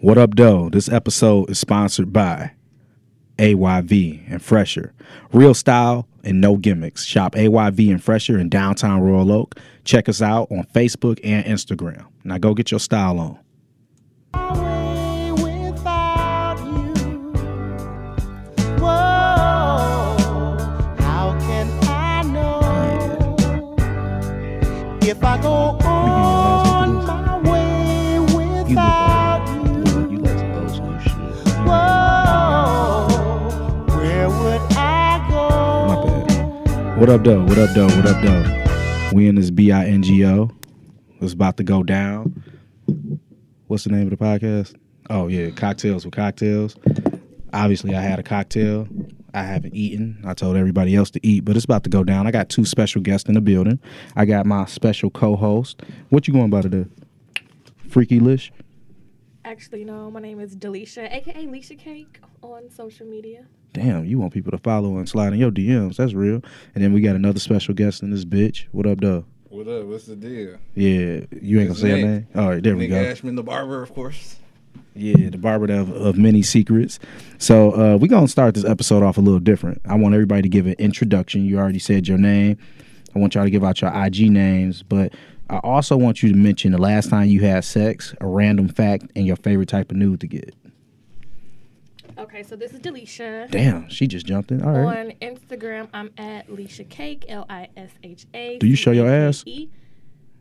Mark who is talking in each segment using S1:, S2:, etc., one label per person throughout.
S1: What up, doe? This episode is sponsored by AYV and Fresher. Real style and no gimmicks. Shop AYV and Fresher in downtown Royal Oak. Check us out on Facebook and Instagram. Now go get your style on.
S2: If I go on my way without you,
S3: You like some old school shit.
S2: whoa, where would I
S1: My
S2: go?
S1: bad. What up, doe? What up, doe? What up, doe? We in this BINGO. It's about to go down. What's the name of the podcast? Oh, yeah, Cocktails with Cocktails. Obviously, I had a cocktail. I haven't eaten. I told everybody else to eat, but it's about to go down. I got two special guests in the building. I got my special co host. What you going about to do? Freaky Lish?
S4: Actually, no. My name is Delisha, aka Leisha Cake, on social media.
S1: Damn, you want people to follow and slide in your DMs. That's real. And then we got another special guest in this bitch. What up, doe?
S5: What up? What's the deal?
S1: Yeah, you ain't gonna
S5: His
S1: say her
S5: name.
S1: name. All right, there we
S5: Nick
S1: go.
S5: Ashman, the barber, of course.
S1: Yeah, the barber of, of many secrets. So uh, we're gonna start this episode off a little different. I want everybody to give an introduction. You already said your name. I want y'all to give out your IG names, but I also want you to mention the last time you had sex, a random fact, and your favorite type of nude to get.
S4: Okay, so this is Delisha.
S1: Damn, she just jumped in. All right.
S4: On Instagram, I'm at Leisha Cake, L I S H A.
S1: Do you show your ass?
S4: C A K E.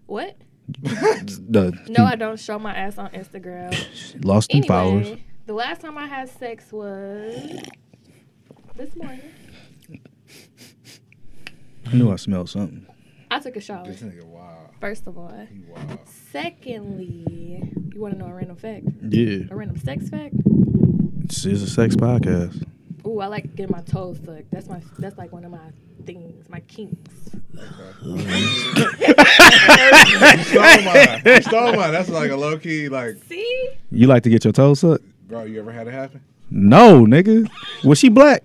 S4: What?
S1: The-
S4: No, I don't show my ass on Instagram.
S1: lost them followers.
S4: Anyway, the last time I had sex was this morning.
S1: I knew I smelled something.
S4: I took a
S1: Oh,
S4: shower,
S5: This nigga wild.
S4: first of all.
S5: He wild.
S4: Secondly, you want to know a random fact?
S1: Yeah,
S4: A random sex fact?
S1: this is a sex podcast.
S4: Ooh, I like getting my toes sucked. That's my that's like one of my things, my kinks.
S5: He stole mine. He stole mine. That's like a low key, like,
S4: See?
S1: You like to get your toes sucked?
S5: bro, you ever had it happen?
S1: No, nigga. Was she black?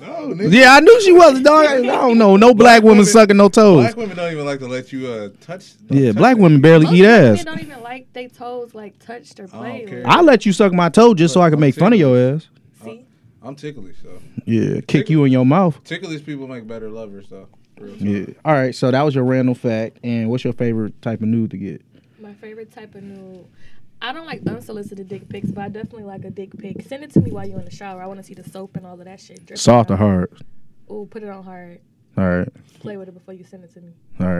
S5: No, nigga.
S1: Yeah, I knew she was. Dog, I I don't know. No black, women
S5: women-
S1: sucking no toes.
S5: Black women don't even like to let you uh, touch.
S1: yeah,
S5: touch
S1: black
S5: them.
S1: women barely
S4: Most
S1: eat
S4: women
S1: ass.
S4: don't even like they toes like touched or played.
S5: care.
S4: with.
S1: I let you suck my toe just so I can make fun of your ass.
S4: See?
S5: I'm ticklish, so.
S1: Yeah, kick you in your mouth.
S5: Ticklish people make better lovers, though. Real talk.
S1: Yeah. All right, so that was your random fact. And what's your favorite type of nude to get?
S4: My favorite type of nude. I don't like unsolicited dick pics, but I definitely like a dick pic. Send it to me while you're in the shower. I want to see the soap and all of that shit. dripping
S1: Soft or
S4: down.
S1: hard?
S4: Ooh, put it on hard.
S1: All right,
S4: Play with it before you send it to me.
S1: all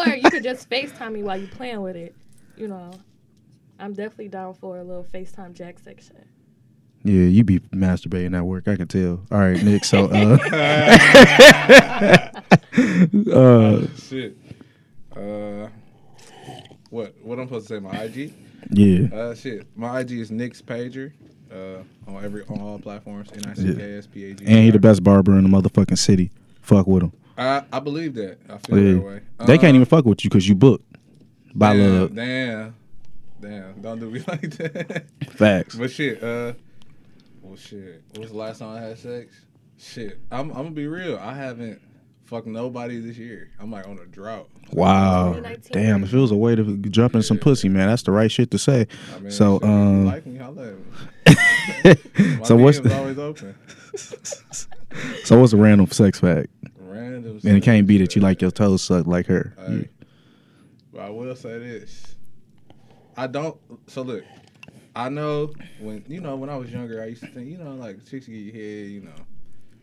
S1: right.
S4: Or you could just FaceTime me while you playing with it. You know, I'm definitely down for a little FaceTime jack section.
S1: Yeah, you be masturbating at work. I can tell. All right, Nick. So, uh, uh,
S5: Shit. Uh, what? What I'm supposed to say? My IG?
S1: yeah.
S5: Uh, shit. My IG is Nick's Pager. Uh, on every on all platforms, N I C K S P A G.
S1: And he the best barber in the motherfucking city. Fuck with him.
S5: I, I believe that. I feel
S1: Yeah.
S5: that way.
S1: They can't
S5: Um,
S1: even fuck with you because you booked. By
S5: damn,
S1: love.
S5: Damn. Damn. Don't do me like that.
S1: Facts.
S5: but shit, uh well shit. What was the last time I had sex? Shit. I'm I'm gonna be real. I haven't fucked nobody this year. I'm like on a drought.
S1: Wow.
S4: 2019.
S1: Damn, if it was a way to jump in some pussy, man, that's the right shit to say.
S5: I mean
S1: So,
S5: shit, if you
S1: um,
S5: like me, holla at me. My
S1: so what's
S5: DM's
S1: the,
S5: always open.
S1: so what's a random sex fact?
S5: Random
S1: And it can't be that
S5: shit.
S1: you like your toes sucked like her.
S5: Hey, but I will say this. I don't. So look, I know when you know when I was younger, I used to think you know like chicks get your head, you know,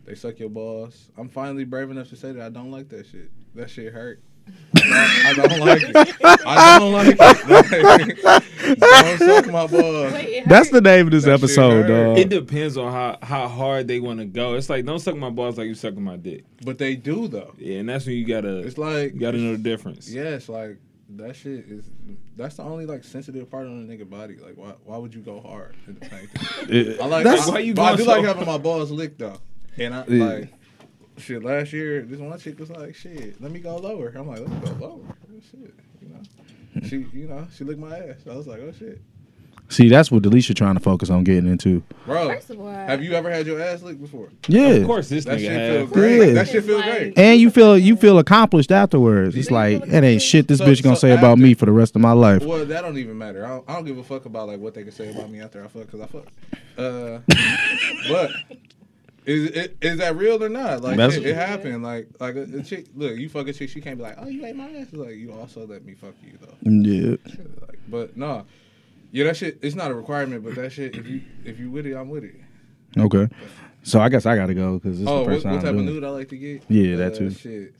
S5: they suck your balls. I'm finally brave enough to say that I don't like that shit. That shit hurt. I don't like it. I don't like it. Like, don't suck my balls.
S4: Wait, it
S1: That's
S4: hurt.
S1: the name of this
S5: That shit
S1: episode,
S5: hurt.
S6: It
S1: dog.
S6: depends on how, how hard they want to go. It's like don't suck my balls like you sucking my dick.
S5: But they do though.
S6: Yeah, and that's when you gotta
S5: It's like
S6: you gotta know the difference.
S5: Yes, like that shit is. That's the only like sensitive part on a nigga body. Like, why why would you go hard? At the same time? I like.
S1: That's-
S5: I,
S6: Why you
S5: but I
S6: going
S5: do
S6: so
S5: like
S6: hard?
S5: having my balls licked though, and I
S1: Yeah.
S5: like. Shit, last year this one chick was like, "Shit, let me go lower." I'm like, "Let me go lower." Shit, you know. She, you know, she licked my ass. I was like, "Oh shit."
S1: See, that's what Delisha trying to focus on getting into.
S5: Bro,
S4: First of all,
S5: have you ever had your ass licked before?
S1: Yeah.
S6: Of course, this
S5: That
S6: nigga
S5: shit
S6: had.
S5: feel great.
S1: Yeah.
S5: That shit feel
S4: Like-
S5: great.
S1: And you feel you feel accomplished afterwards. It's like it ain't shit this
S5: So-
S1: bitch gonna
S5: so
S1: say about
S5: after-
S1: me for the rest of my life.
S5: Well, that don't even matter. I don't, I don't give a fuck about like what they can say about me after I fuck because I fuck. Uh, but is, it is that real or not? Like
S1: That's-
S5: it, it happened. Like like a, a chick. Look, you fuck a chick. She can't be like, oh, you ate my ass. Like you also let me fuck you though.
S1: Yeah.
S5: Like, but no, yeah, that shit. It's not a requirement, but that shit. If you if you with it, I'm with it.
S1: Okay. So I guess I gotta go because this is the
S5: oh, what, what
S1: first
S5: type
S1: time
S5: of
S1: I'm doing.
S5: nude I like to get? Uh,
S1: Yeah, that too.
S5: Shit.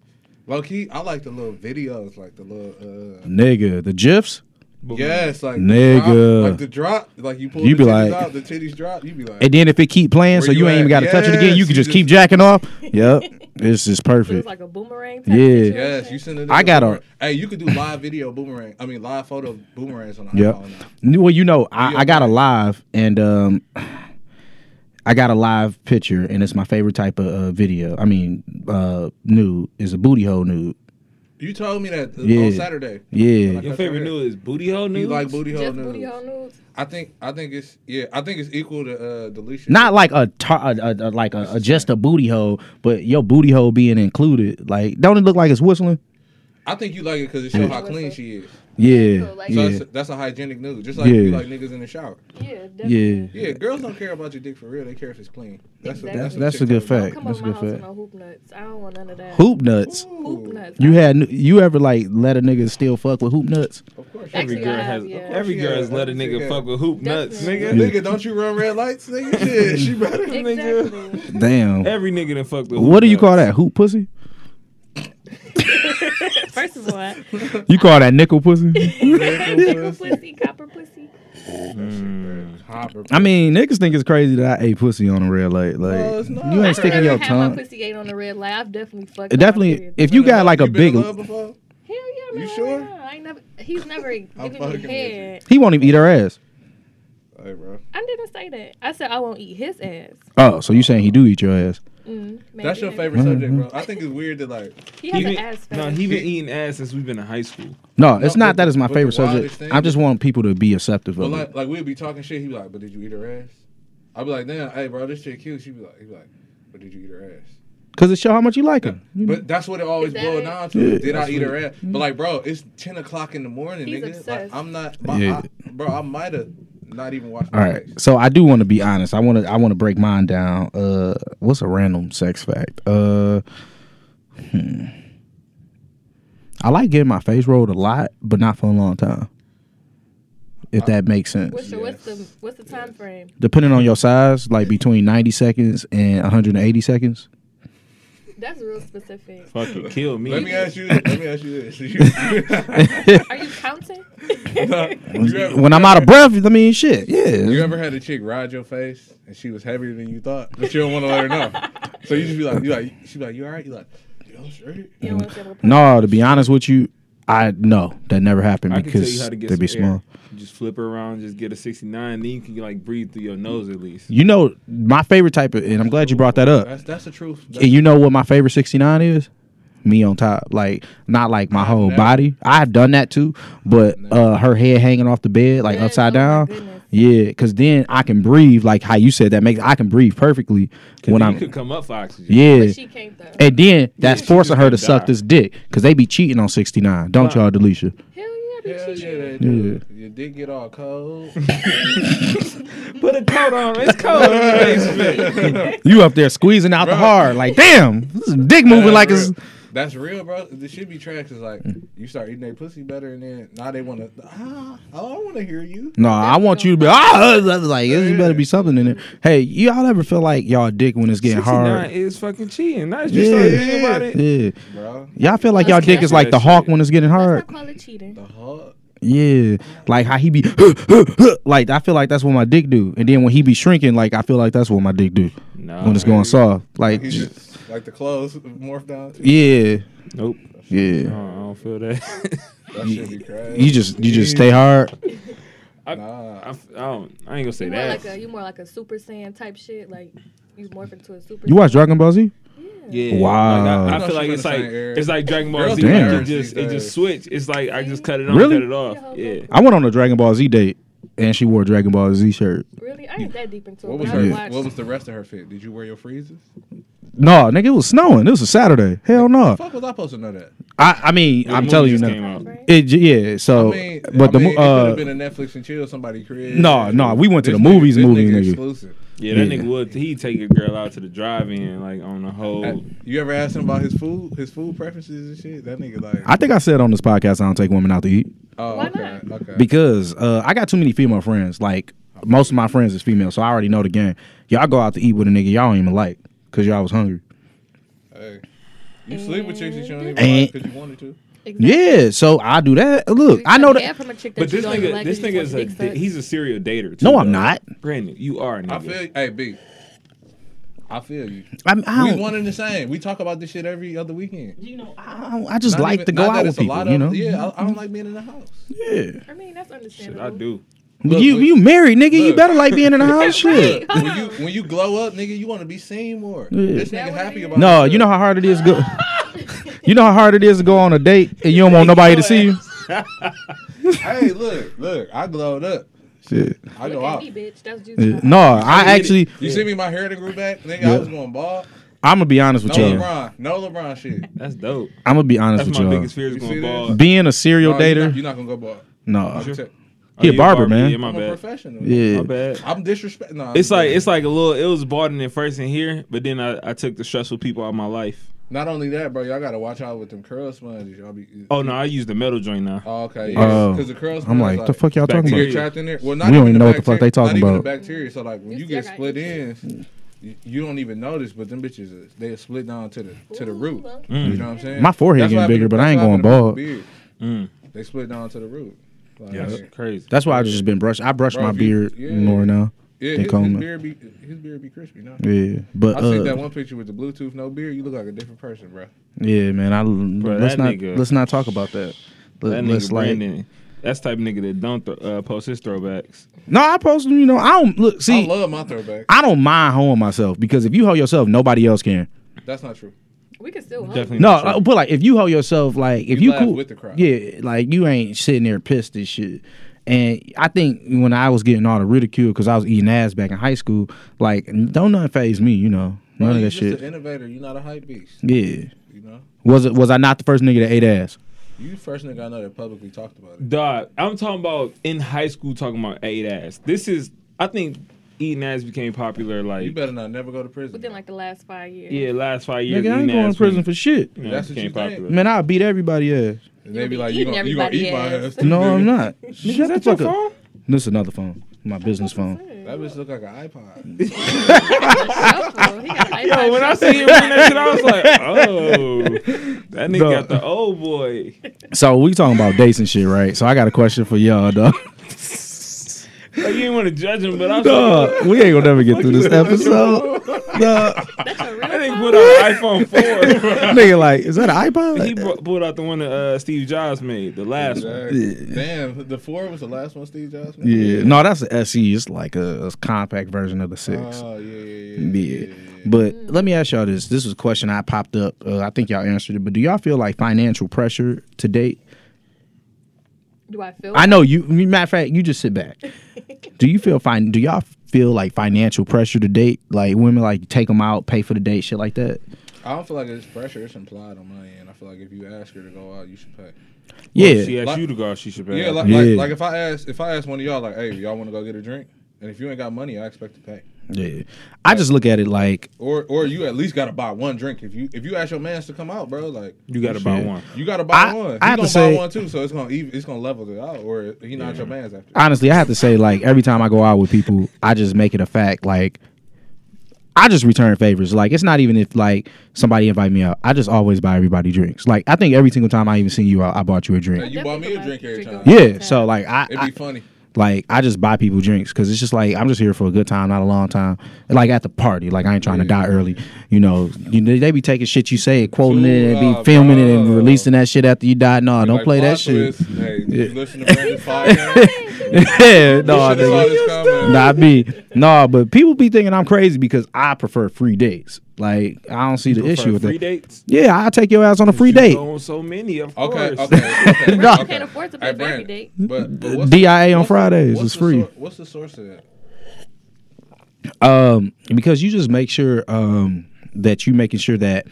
S5: Low key, I like the little videos, like the little. uh
S1: it. Nigga, the gifs.
S5: Yes, like the
S1: Nigga.
S5: drop, like the drop, like you pull
S1: You
S5: the
S1: be
S5: titties
S1: like-
S5: out, the titties drop, you be like,
S1: And then if it keep playing,
S5: Where
S1: so you,
S5: you
S1: ain't
S5: at?
S1: even gotta touch it again.
S5: Yes,
S1: You can
S5: you
S1: just
S5: just-
S1: keep jacking off. Yep. this is
S4: it was
S1: perfect.
S4: like a boomerang. Type
S1: Yeah.
S4: situation?
S5: yes, you send it.
S1: I got a-
S5: Hey, you could do live video boomerang. I mean, live photo boomerangs on the
S1: Yep.
S5: iPhone. now.
S1: Well, you know, I,
S5: Yeah,
S1: I got a
S5: right.
S1: live and um, I got a live picture, and it's my favorite type of uh, video. I mean, uh, nude is a booty hole nude.
S5: You told me that uh,
S1: Yeah.
S5: on Saturday.
S1: Yeah,
S5: Like,
S6: Your favorite nude is booty hole nude.
S5: You like booty hole
S4: Just booty hole
S5: nudes?
S4: nudes.
S5: I think I think it's yeah. I think it's equal to uh, deletion.
S1: not like a, tar- a, a, a like a, a just a booty hole, but your booty hole being included. Like, don't it look like it's whistling?
S5: I think you like it because it shows how clean she is.
S1: Yeah,
S4: So, like-
S5: So
S1: yeah,
S5: that's, that's a hygienic nude, just like you
S1: Yeah.
S5: like niggas in the shower.
S4: Yeah, definitely.
S1: yeah.
S5: Yeah, girls don't care about your dick for real. They care if it's clean. That's a,
S1: That's
S5: what
S1: that's a
S5: chicks
S1: good
S5: care about.
S1: fact.
S4: Come
S1: That's
S4: over
S1: a
S4: my
S1: good
S4: house with
S1: fact.
S4: no hoop nuts. I don't want none of that.
S1: Hoop nuts.
S4: Hoop nuts.
S1: You had you ever like let a nigga still fuck with hoop nuts?
S5: Of course.
S6: Every
S4: Actually,
S6: girl
S4: I have,
S6: has.
S4: yeah.
S6: Every girl has
S5: Yeah,
S6: let a
S5: that's
S6: nigga
S5: it.
S6: fuck with hoop nuts,
S4: Definitely.
S6: nigga.
S5: Nigga, nigga, don't you run red lights, nigga? Shit, she better.
S4: Exactly.
S1: Damn.
S6: Every nigga done fucked with.
S1: What do you
S6: hoop
S1: call
S6: nuts.
S1: that? Hoop pussy?
S4: First of all, I-
S1: You call that nickel pussy?
S4: nickel pussy, copper pussy.
S5: Copper.
S1: I mean, niggas think it's crazy that I ate pussy on a red light. Like
S5: No, it's not.
S1: you ain't
S4: I
S1: sticking
S4: never
S1: your
S4: had
S1: tongue.
S4: my pussy ate on the red light. I've definitely fucked.
S1: It
S4: on my
S1: definitely,
S4: period.
S1: if you got like a
S5: You been
S1: big,
S5: in love before?
S4: Hell yeah,
S5: You
S4: man.
S5: sure?
S4: why not? I ain't never. He's never given me
S5: fucking with
S4: head.
S1: he won't even eat her ass.
S5: Hey, bro.
S4: I didn't say that. I said I won't eat his ass.
S1: Oh, so you saying he do eat your ass?
S4: Mm, maybe,
S5: That's your
S4: maybe.
S5: favorite subject,
S1: Mm-hmm.
S5: bro. I think it's weird that like
S4: He
S6: He
S4: has an
S6: been-
S4: ass
S6: No,
S4: fetish.
S6: he been eating ass since we've been in high school.
S1: No, it's
S5: No,
S1: not.
S5: but-
S1: That is my
S5: but the
S1: favorite
S5: wildest
S1: subject.
S5: thing-
S1: I just want people to be acceptive
S5: but
S1: of
S5: like
S1: it.
S5: like we'd be talking shit, he'd be like, But did you eat her ass? I'd be like, damn, hey bro, this chick cute. She'd be like, he'd be like, But did you eat her ass?
S1: Cause it show how much you like her.
S5: But that's what it always
S4: Is that
S5: boiled
S4: it?
S5: down to.
S1: Mm-hmm. Yeah.
S5: Did I eat her ass? But like, bro, it's ten o'clock in the morning,
S4: He's
S5: nigga. Like,
S4: obsessed.
S5: I'm not my,
S1: Yeah.
S5: I- bro, I might have not even watched
S1: All
S5: my
S1: right,
S5: face.
S1: so I do want to be honest. I want to. I want to break mine down. Uh, what's a random sex fact? Uh, hmm. I like getting my face rolled a lot, but not for a long time. If that makes sense.
S4: What's the what's the
S5: Yes.
S4: what's the time frame?
S1: depending on your size, like between 90 seconds and 180 seconds.
S4: That's real specific.
S6: Fuck it, kill me.
S5: Let me ask you this. Let me ask you this. You,
S4: Are you counting?
S5: you ever-
S1: When I'm out of breath, I mean, shit,
S5: You
S1: yeah.
S5: ever had a chick ride your face and she was heavier than you thought, but you don't want to let her know. So you just be like, you like, she be like, you all right? You like, you all straight?
S4: You don't want to be able to
S1: No, to be honest with you, I no, that never happened
S6: I can tell you
S1: because
S6: how to get
S1: they be
S6: some air.
S1: small.
S6: You just flip her around, just get a 69, then you can like breathe through your nose at least.
S1: You know, my favorite type of, and I'm glad you brought that up.
S5: That's that's the truth. That's
S1: And you know what my favorite 69 is? Me on top, like not like
S6: Oh,
S1: my whole
S5: never-
S1: body. I've done that too, but uh, her head hanging off the bed, like
S4: Yes,
S1: upside
S4: oh my
S1: down.
S4: goodness.
S1: yeah, because then I can breathe, like how you said that makes I can breathe perfectly when
S6: you
S1: I'm.
S6: could come up for oxygen.
S1: yeah,
S4: But she can't though.
S1: And then that's
S6: she
S1: forcing
S6: just
S1: her to
S6: gonna
S1: suck
S6: die.
S1: this dick because they be cheating on 69. Don't y'all, Delisha?
S4: Hell yeah, be
S5: Hell yeah,
S4: cheating.
S5: they do. Your dick get all cold.
S6: Put a coat on. It's cold in the basement.
S1: You up there squeezing out the
S5: Bruh.
S1: hard. Like, damn, this is dick moving like
S5: that's
S1: it's.
S5: real. That's real, bro. This should be trash. Cause like you start eating their pussy better, and then now they want to. Ah, oh, I want to hear you.
S1: No, I want you to be ah, uh, uh, like this better be something in there. Hey, y'all ever feel like y'all dick when it's getting
S6: 69
S1: hard?
S6: is fucking cheating. Now that you start thinking about
S1: Yeah,
S6: it.
S1: yeah.
S5: Bro,
S1: Y'all feel like y'all dick is like the hawk when it's getting
S4: That's
S1: hard.
S4: not called it cheating.
S5: the hug.
S1: Yeah, like how he be like I feel like that's what my dick do, and then when he be shrinking, like I feel like that's what my dick do
S6: Nah,
S1: when it's going soft. Like,
S5: He's just like the clothes morphed down. To.
S1: yeah,
S6: Nope.
S1: yeah.
S6: I don't I don't feel that.
S5: That should be crazy.
S1: You just you just stay hard.
S6: I,
S5: Nah,
S6: f- I don't, I ain't gonna say
S4: You more
S6: that.
S4: like a you more like a Super Saiyan type shit. Like you morph into a Super.
S1: You watch Dragon Ball Z?
S6: yeah.
S1: Wow.
S6: Like,
S1: I
S6: I,
S5: know
S6: I feel
S5: she
S6: like
S5: from
S6: it's
S5: the
S6: like
S5: same area.
S6: it's like Dragon Ball
S5: Girls
S6: Z.
S1: do
S6: Like,
S1: that.
S6: it just it just switch. It's like I just cut it on,
S1: Really?
S6: cut it off. Yeah.
S1: I went on a Dragon Ball Z date and she wore a Dragon Ball Z shirt.
S4: Really? I ain't that deep into it.
S5: What
S4: but
S5: was
S4: I
S5: her?
S4: watched.
S5: What was the rest of her fit? Did you wear your freezers?
S1: No, nigga, it was snowing. It was a Saturday. Hell no.
S5: Fuck was I supposed to know that?
S1: I, I mean,
S6: The
S1: I'm
S6: movie
S1: telling you now.
S6: just came out.
S4: Right?
S1: It yeah. So,
S5: I mean,
S1: Uh, but
S5: I
S1: the
S5: mean,
S1: mo-
S5: it could
S1: uh,
S5: have been a Netflix and chill somebody crib.
S1: No, no, we went to
S5: This
S1: the movies
S5: this
S1: movie, nigga.
S5: Exclusive.
S6: Yeah, that
S1: Yeah.
S6: nigga would he take a girl out to the drive-in like on the whole.
S5: You ever asked him about his food, his food preferences and shit? That nigga like,
S1: I think I said on this podcast I don't take women out to eat
S5: oh,
S4: Why
S5: okay, okay.
S1: because uh, I got too many female friends. Like most of my friends is female, so I already know the game. Y'all go out to eat with a nigga y'all don't even like because y'all was hungry.
S5: Hey, you sleep with chicks that you don't even
S1: And-
S5: like because you wanted to.
S4: Exactly.
S1: Yeah, so I do that. Look, I know that.
S4: From a chick that
S6: But
S4: you
S6: this
S4: don't
S6: nigga,
S4: like
S6: this
S4: and
S6: nigga
S4: you
S6: is
S4: want
S6: a
S4: dick
S6: di-
S4: sucks.
S6: he's a serial dater. Too,
S1: No, I'm
S6: though.
S1: not.
S6: Brandon, you are. Nigga.
S5: I feel, you. hey B, I feel you.
S1: I, mean, I,
S5: We
S1: don't,
S5: one and the same. We talk about this shit every other weekend.
S1: I, don't- I just
S5: Not
S1: like
S5: even-
S1: to go
S5: not that
S1: out
S5: it's
S1: with
S5: a lot
S1: people. You know.
S5: of- Yeah, I, I don't like being in the house.
S1: Yeah.
S4: I mean, that's
S6: Shit,
S4: understandable.
S6: I do.
S5: Look,
S1: you
S5: we-
S1: you married nigga. You
S5: look.
S1: better like being in the house. Shit.
S4: Right.
S5: When you when you glow up, nigga, you want to be seen more.
S1: Yeah.
S5: This
S4: That
S5: nigga
S4: what
S5: happy
S4: it
S5: about.
S1: No,
S5: it.
S1: you know how hard it is go. you know how hard it is to go on a date and you don't want nobody to see you.
S5: Hey, look, look, I glowed up.
S1: Shit.
S5: I
S4: Look
S5: go
S4: at
S5: out.
S4: me, bitch. That's juicy.
S1: Yeah. No, I actually,
S5: You see me, my hair that grew back, nigga.
S1: Yeah.
S5: I was going bald.
S1: I'm gonna be honest
S5: No
S1: with y'all.
S5: LeBron, no LeBron shit.
S6: That's dope.
S1: I'm gonna be honest
S6: That's
S1: with
S6: my
S1: y'all.
S6: biggest fear is
S5: You
S6: going
S5: see
S6: bald.
S1: Being a serial
S5: No, You're
S1: dater,
S5: not, you're not gonna go bald.
S1: no.
S5: I'm, te-
S1: He a
S6: Oh, you
S1: barber, man.
S6: Yeah, my
S5: I'm a
S6: bad.
S5: professional.
S1: Yeah.
S6: My bad.
S5: I'm disrespecting. No,
S6: It's like it's like a little. It was balding at first in here, but then I, I took the stressful people out of my life.
S5: not only that, bro. Y'all gotta watch out with them curl sponges. Y'all be.
S6: Oh no, I use the metal joint now.
S5: Oh, okay.
S1: Oh.
S5: Yeah. Because the curl sponge.
S1: I'm like, the fuck y'all talking
S5: Bacteria
S1: about?
S6: Bacteria.
S5: trapped in there. Well, not
S1: We don't
S5: even
S1: even know what the
S5: bacteria,
S1: fuck they talking about.
S5: not Even the bacteria. So like when
S4: You
S5: you
S4: still
S5: get
S4: got
S5: split ends, you, you don't even notice. But them bitches, is- they are split down to the to the
S4: Ooh,
S5: root.
S4: look.
S5: You know what I'm saying?
S1: My forehead
S5: That's
S1: getting
S5: what happened
S1: bigger,
S5: to-
S1: but I
S5: that's
S1: ain't
S5: what
S1: going
S5: happened to
S1: bald.
S5: people's beard. They split down to the root. Like,
S6: That's crazy.
S1: That's why I've just been brushed. I brush
S5: Bro,
S1: my
S5: if you-
S1: beard
S5: yeah.
S1: more now.
S5: Yeah,
S1: They
S5: his,
S1: comb
S5: his
S1: it.
S5: beard be his beard be crispy now.
S1: Yeah, but
S5: I seen that
S1: uh,
S5: one picture with the Bluetooth no beard. You look like a different person, bro.
S1: yeah, man. I let's
S6: that
S1: not
S6: nigga-
S1: let's not talk about that. Let,
S6: that
S1: us
S6: nigga
S1: like
S6: Brandon. That's the type of nigga that don't th- uh, post his throwbacks.
S1: no, I post. You know, I don't look. See,
S5: I love my throwback.
S1: I don't mind hoeing myself because if you hoe yourself, nobody else can.
S5: That's not true.
S4: We can still hug.
S6: Definitely
S1: No,
S6: not
S1: I-
S6: sure.
S1: but like if you hoe yourself, like if
S5: You
S1: you,
S5: laugh
S1: cool
S5: with the crowd.
S1: yeah, like you ain't sitting there pissed and shit. And I think when I was getting all the ridicule because I was eating ass back in high school, like n- don't nothing phase me, you know, none
S5: Bro,
S1: of
S5: you
S1: that
S5: just
S1: shit.
S5: An innovator. You're not a hype beast.
S1: yeah,
S5: You know.
S1: was it was I not the first nigga that ate ass?
S5: You the first nigga I know that publicly talked about it.
S6: Dog, I'm talking about in high school talking about eight ass. This is, I think, eating ass became popular
S5: You
S6: like
S5: better not never go to prison.
S4: Within like the last five years.
S6: yeah, last five years.
S1: Nigga, I ain't
S6: eating
S1: going
S6: ass
S1: to prison
S6: being-
S1: for shit.
S6: you know,
S5: That's what
S6: became
S5: you think.
S6: popular.
S1: Man, I beat everybody ass.
S5: and they
S4: You'll
S5: be
S4: be
S5: like, you
S4: eating
S5: gonna, you gonna eat my
S4: everybody
S5: ass.
S1: No, I'm not.
S6: Nigga,
S1: Shut the
S6: that your
S1: fuck up.
S6: phone?
S1: This is another phone, my business phone.
S5: That bitch look like an iPod.
S6: Yo, when I see him doing that shit, I was like, oh, that nigga
S1: Dog.
S6: got the old boy.
S1: So we talking about dates and shit, right? So I got a question for y'all, dog.
S6: Like, you didn't want to judge him, but I was like,
S1: Dog, we ain't gonna never get through this episode. Dog.
S4: that's a
S6: that
S4: real
S6: nigga put out iPhone 4.
S1: Nigga, like, is that an iPod?
S6: He brought, pulled out the one that uh, Steve Jobs made, the last one.
S1: Yeah.
S5: Damn, the four was the last one Steve Jobs made?
S1: Yeah, no, that's the SE. It's like a, a compact version of the six.
S5: Oh, yeah, yeah, yeah.
S1: yeah. But let me ask y'all this. This was a question I popped up. Uh, I think y'all answered it. But do y'all feel like financial pressure to date?
S4: Do I feel?
S1: I know you. Matter of fact, you just sit back. do you feel fine? Do y'all feel like financial pressure to date? Like women, like take them out, pay for the date, shit like that.
S5: I don't feel like it's pressure. It's implied on my end. I feel like if you ask her to go out, you should pay.
S1: Yeah,
S6: She asked
S5: Like-
S6: you to go out, she should pay.
S5: Yeah, like,
S1: Yeah.
S5: like like if I ask if I ask one of y'all like, hey, y'all want to go get a drink? And if you ain't got money, I expect to pay.
S1: yeah. I just look at it like
S5: Or or you at least got to buy one drink. If you if you ask your mans to come out, bro, like
S6: you got to buy
S1: Shit.
S6: one.
S5: you got to buy
S1: I-
S5: one. He
S1: I have
S5: gonna
S1: to say-
S5: buy one too, so it's gonna even, it's gonna level it out. Or he not your man's after.
S1: honestly, I have to say, like, every time I go out with people, I just make it a fact. Like, I just return favors. Like, it's not even if, like, somebody invite me out. I just always buy everybody drinks. Like, I think every single time I even seen you out, I bought you a
S5: Hey,
S1: drink.
S5: you bought me a
S4: Definitely
S5: drink every
S4: drink
S5: time.
S4: on-
S1: Yeah. So, like, I,
S5: It'd be
S1: I
S5: funny.
S1: like I just buy people drinks because it's just like I'm just here for a good time, not a long time. Like at the party, like I ain't trying to die early. You know, you, they they be taking shit you say, quoting it, and
S5: Ooh,
S1: be
S5: ah,
S1: filming it and
S5: bro.
S1: releasing that shit after you die. No, don't
S5: Like,
S1: play that
S5: plot
S1: shit.
S5: twist. Hey, did you listen to Brandon's podcast?
S1: yeah, no,
S5: Nah,
S1: nigga.
S5: this coming.
S1: Nah, me. Nah, but people be thinking I'm crazy because I prefer free dates. Like I don't see the
S6: Prefer
S1: issue with
S6: free
S1: that.
S6: dates.
S1: Yeah, I'll take your ass on a free
S6: You
S1: date.
S6: go on so many, of
S5: Okay,
S6: course.
S5: okay. okay,
S1: No.
S5: okay.
S4: Can't afford to pay
S5: Hey,
S4: baby
S5: Brandon,
S4: date.
S5: But, but what's
S1: DIA on
S5: what's the-
S1: Fridays
S5: what's
S1: is
S5: the
S1: free.
S5: sor- what's the source of that?
S1: Um, because you just make sure um that you making sure that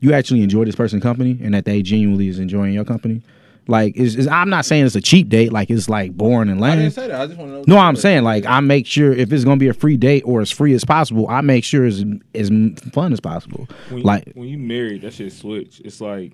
S1: you actually enjoy this person's company and that they genuinely is enjoying your company. Like, is I'm not saying it's a cheap date. Like it's like boring and
S5: I
S1: lame.
S5: didn't say that. I just want to know.
S1: No, I'm saying like I make sure if it's gonna be a free date or as free as possible, I make sure it's as fun as possible.
S6: When you,
S1: Like
S6: when you married, that shit switch. It's like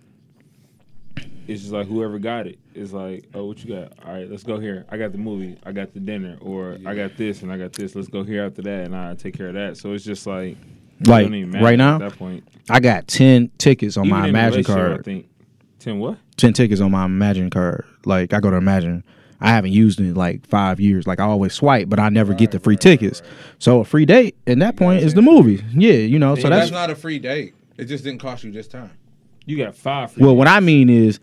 S6: it's just like whoever got it. It's like, oh, what you got? All right, let's go here. I got the movie. I got the dinner, or I got this and I got this. Let's go here after that, and I take care of that. So it's just like, it
S1: Like,
S6: don't even matter
S1: right now?
S6: at that point,
S1: I got ten tickets on
S6: Even
S1: my
S6: in a
S1: Imagine
S6: relationship, I
S1: card.
S6: think ten what?
S1: Ten tickets on my Imagine card. Like I go to Imagine. I haven't used it in like five years. Like I always swipe, but I never get the free tickets. So a free date at that point is the movie. Yeah, you know. So
S5: But that's
S1: that's
S5: not a free date. It just didn't cost you this time.
S6: You got five. Free
S1: well. What I mean is,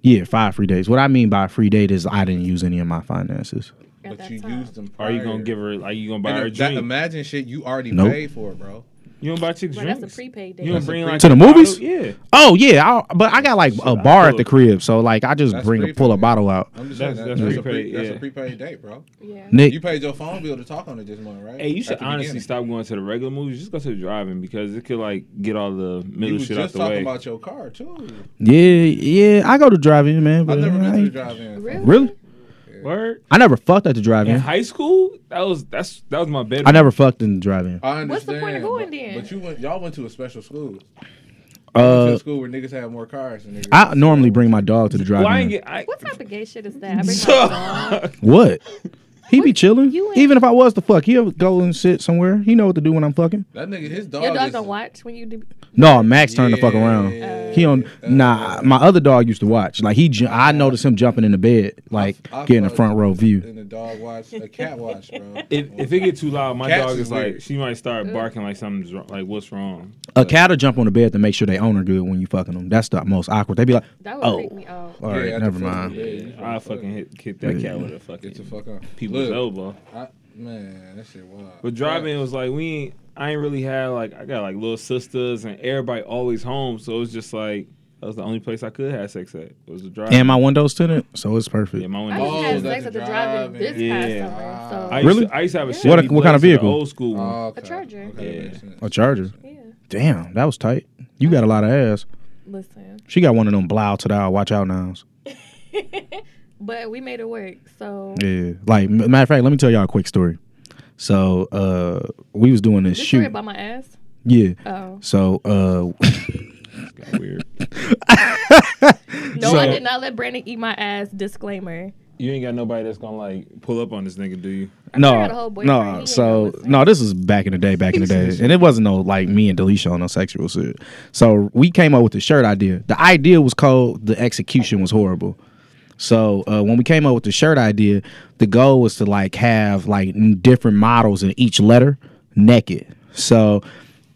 S1: yeah, five free days. What I mean by free date is I didn't use any of my finances.
S4: At
S5: But
S4: that
S5: you
S4: time.
S5: used them.
S6: Are
S5: Prior.
S6: you gonna give her? Are you gonna buy her a
S5: And that
S6: drink?
S5: imagine shit you already
S1: Nope.
S5: paid for, bro.
S6: you don't buy chicks
S4: Well,
S6: drinks.
S4: that's a prepaid date.
S6: You don't bring like
S1: To the
S6: a bottle?
S1: movies?
S6: Yeah,
S1: Oh yeah, I, but I got like a
S6: Shit, I
S1: bar at
S6: feel
S1: the
S6: it.
S1: crib, so like I just
S5: That's
S1: bring a,
S5: pretty
S1: pull a
S5: funny.
S1: bottle out.
S5: I'm just
S6: That's-
S5: saying
S6: that's
S5: that, that's, a
S6: prepaid,
S5: pre, that's
S6: yeah.
S5: a prepaid date, bro.
S4: Yeah.
S1: Nick,
S5: You paid your phone bill to talk on it this month, right?
S6: Hey, you should
S5: At the
S6: honestly
S5: beginning.
S6: stop going to the regular movies. Just go to the driving because it could like get all the
S5: You
S6: middle
S5: was
S6: shit out
S5: just
S6: the
S5: talking
S6: way.
S5: about your car too.
S1: yeah, yeah, I go to drive-in, man.
S5: I've
S1: But
S5: never
S1: I,
S5: been to the
S1: ain't-
S5: drive-in.
S4: Really?
S1: Really?
S6: Word.
S1: I never fucked at the drive-in.
S6: In high school, that was that's that was my bedroom.
S1: I never fucked in the drive-in.
S5: I understand.
S4: What's the point of going
S5: but,
S4: then?
S5: But you went, y'all went to a special school. You went to
S1: Uh,
S5: a school where niggas had more cars than niggas.
S1: I normally bring my dog to the
S6: Well, I
S1: drive-in.
S6: ain't get. I,
S4: What type of gay shit is that? I bring my dog.
S1: what? He be chilling.
S4: you ain't-
S1: Even if I was to fuck, he'll go and sit somewhere. He know what to do when I'm fucking.
S5: that nigga, his dog.
S1: Oh,
S4: Your dog
S5: is,
S4: don't watch when you do.
S1: No, Max turned the fuck around.
S5: Yeah.
S1: He on nah. My other dog used to watch. Like he, ju- I noticed him jumping in the bed, like
S5: I
S1: getting a
S5: fuck-
S1: front row view.
S5: And the dog watch, a cat watch, bro.
S6: if if it get too loud, my
S5: Cats
S6: dog
S5: is
S6: is like
S5: weird.
S6: she might start barking like something's wrong. Like what's wrong?
S1: A cat will jump on the bed to make sure they own her good when you fucking them. That's the most awkward. They be like,
S4: That would
S1: oh,
S4: freak me out.
S1: all
S5: Yeah,
S1: right,
S5: at the
S1: never
S5: fucking-
S1: mind.
S5: yeah, you
S6: I fucking hit kick that cat with a
S5: Get the
S6: fucking
S5: fuck up.
S6: people's
S5: Look,
S6: elbow.
S5: I, man, that shit wild.
S6: But driving was like we ain't. I ain't really had like I got like little sisters and everybody always home, so it was just like that was the only place I could have sex at was the drive.
S1: And my window's tinted, so it's perfect.
S6: yeah, my
S4: I
S6: window.
S4: used to
S5: Oh,
S4: have
S5: that's
S4: sex at the
S5: a
S4: drive-in
S5: drive-in.
S4: this
S6: Yeah.
S4: past summer. So
S6: I used
S1: Really?
S6: To, I used to have a
S4: Yeah.
S1: What- what kind of
S6: Chevy Blazer, the
S1: vehicle?
S6: Old school one.
S5: Oh, okay.
S4: A charger.
S5: Okay, that
S6: Yeah.
S5: makes sense.
S1: A charger.
S4: yeah,
S1: Damn, that was tight. You got a lot of ass.
S4: listen,
S1: She got one of them blow to the eye, watch out nows.
S4: but we made it work. So
S1: Yeah. Like m- matter of fact, let me tell y'all a quick story. So uh we was doing this,
S4: this story
S1: shoot.
S4: about my ass.
S1: Yeah.
S4: Oh
S1: So uh
S6: Weird.
S4: no, I
S6: So-
S4: did not let Brandon eat my ass. Disclaimer.
S6: You ain't got nobody that's gonna like pull up on this nigga, do you?
S4: I got a
S1: no,
S4: whole boyfriend. He
S1: no.
S4: ain't
S1: So
S4: gonna
S1: no, this is back in the day, back in the day, and it wasn't no like me and Delisha on no sexual shit. So we came up with the shirt idea. The idea was cold. The execution was horrible. So uh, when we came up with the shirt idea, the goal was to like have like n- different models in each letter naked. So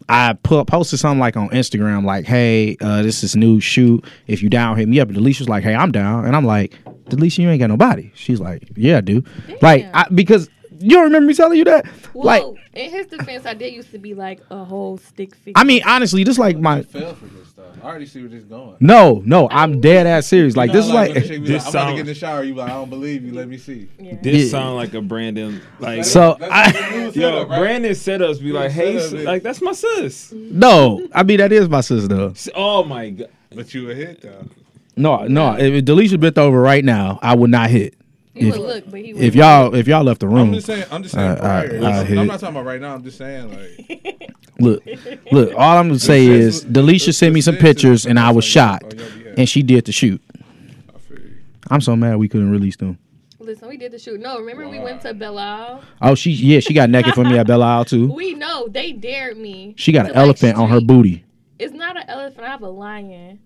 S1: I put posted something like on Instagram, like, "Hey, uh, this is new shoot. If you down, hit me up." And Delisha's like, "Hey, I'm down," and I'm like, "Delisha, you ain't got no body." She's like, "Yeah, I do." Like, I, because you don't remember me telling you that.
S4: Well,
S1: like,
S4: in his defense, I did used to be like a whole stick figure.
S1: I mean, honestly, this like
S5: I
S1: my
S5: fell for this stuff. I already see where this is going.
S1: no, no. I'm dead ass serious. Like,
S5: You
S1: this
S5: know,
S1: is
S5: when the
S1: like.
S5: chick be
S6: This
S5: I'm about to
S6: sound-
S5: get in the shower. You like, I don't believe you. Let me see.
S4: yeah.
S6: This
S1: Yeah.
S6: sound like a Brandon like
S1: So
S5: That's
S1: I.
S5: a new
S6: yo
S5: setup, right?
S6: Brandon setups be like, hey,
S5: Setup
S6: sis-
S5: is-
S6: like that's my sis.
S1: No, I mean that is my sister. though.
S6: S- Oh my god,
S5: But you a hit though.
S1: No, no. If Delisha bent over right now, I would not hit.
S4: He
S1: If,
S4: would look, but he would.
S1: if y'all if y'all left the
S5: I'm
S1: room,
S5: just saying. I'm just saying.
S1: Uh, I-
S5: prior.
S1: I
S5: I'm,
S1: hit.
S5: I'm not talking about right now. I'm just saying like.
S1: look, look. All I'm gonna say
S5: This
S1: is
S5: is-
S1: Delisha
S5: this-
S1: sent me
S5: this
S1: some
S5: is- this
S1: pictures,
S5: is-
S1: and I was shocked,
S5: Oh, yeah, yeah.
S1: and she did the shoot.
S5: I feel you.
S1: I'm so mad we couldn't release them.
S4: Listen, we did the shoot. No, remember we
S5: Wow.
S4: went to Belle
S1: Oh, she yeah, she got naked for me at Belle Isle too.
S4: We know they dared me.
S1: She got
S4: to,
S1: an
S4: like,
S1: elephant on her
S4: streak-
S1: booty.
S4: It's not an elephant. I have a lion.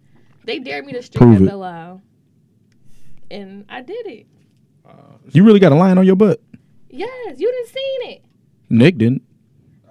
S4: They dared me to streak
S1: Prove
S4: at
S1: it.
S4: Belle Isle. and I did it.
S5: Uh,
S1: You really got a lion on your butt?
S4: Yes, you didn't seen it.
S1: Nick didn't.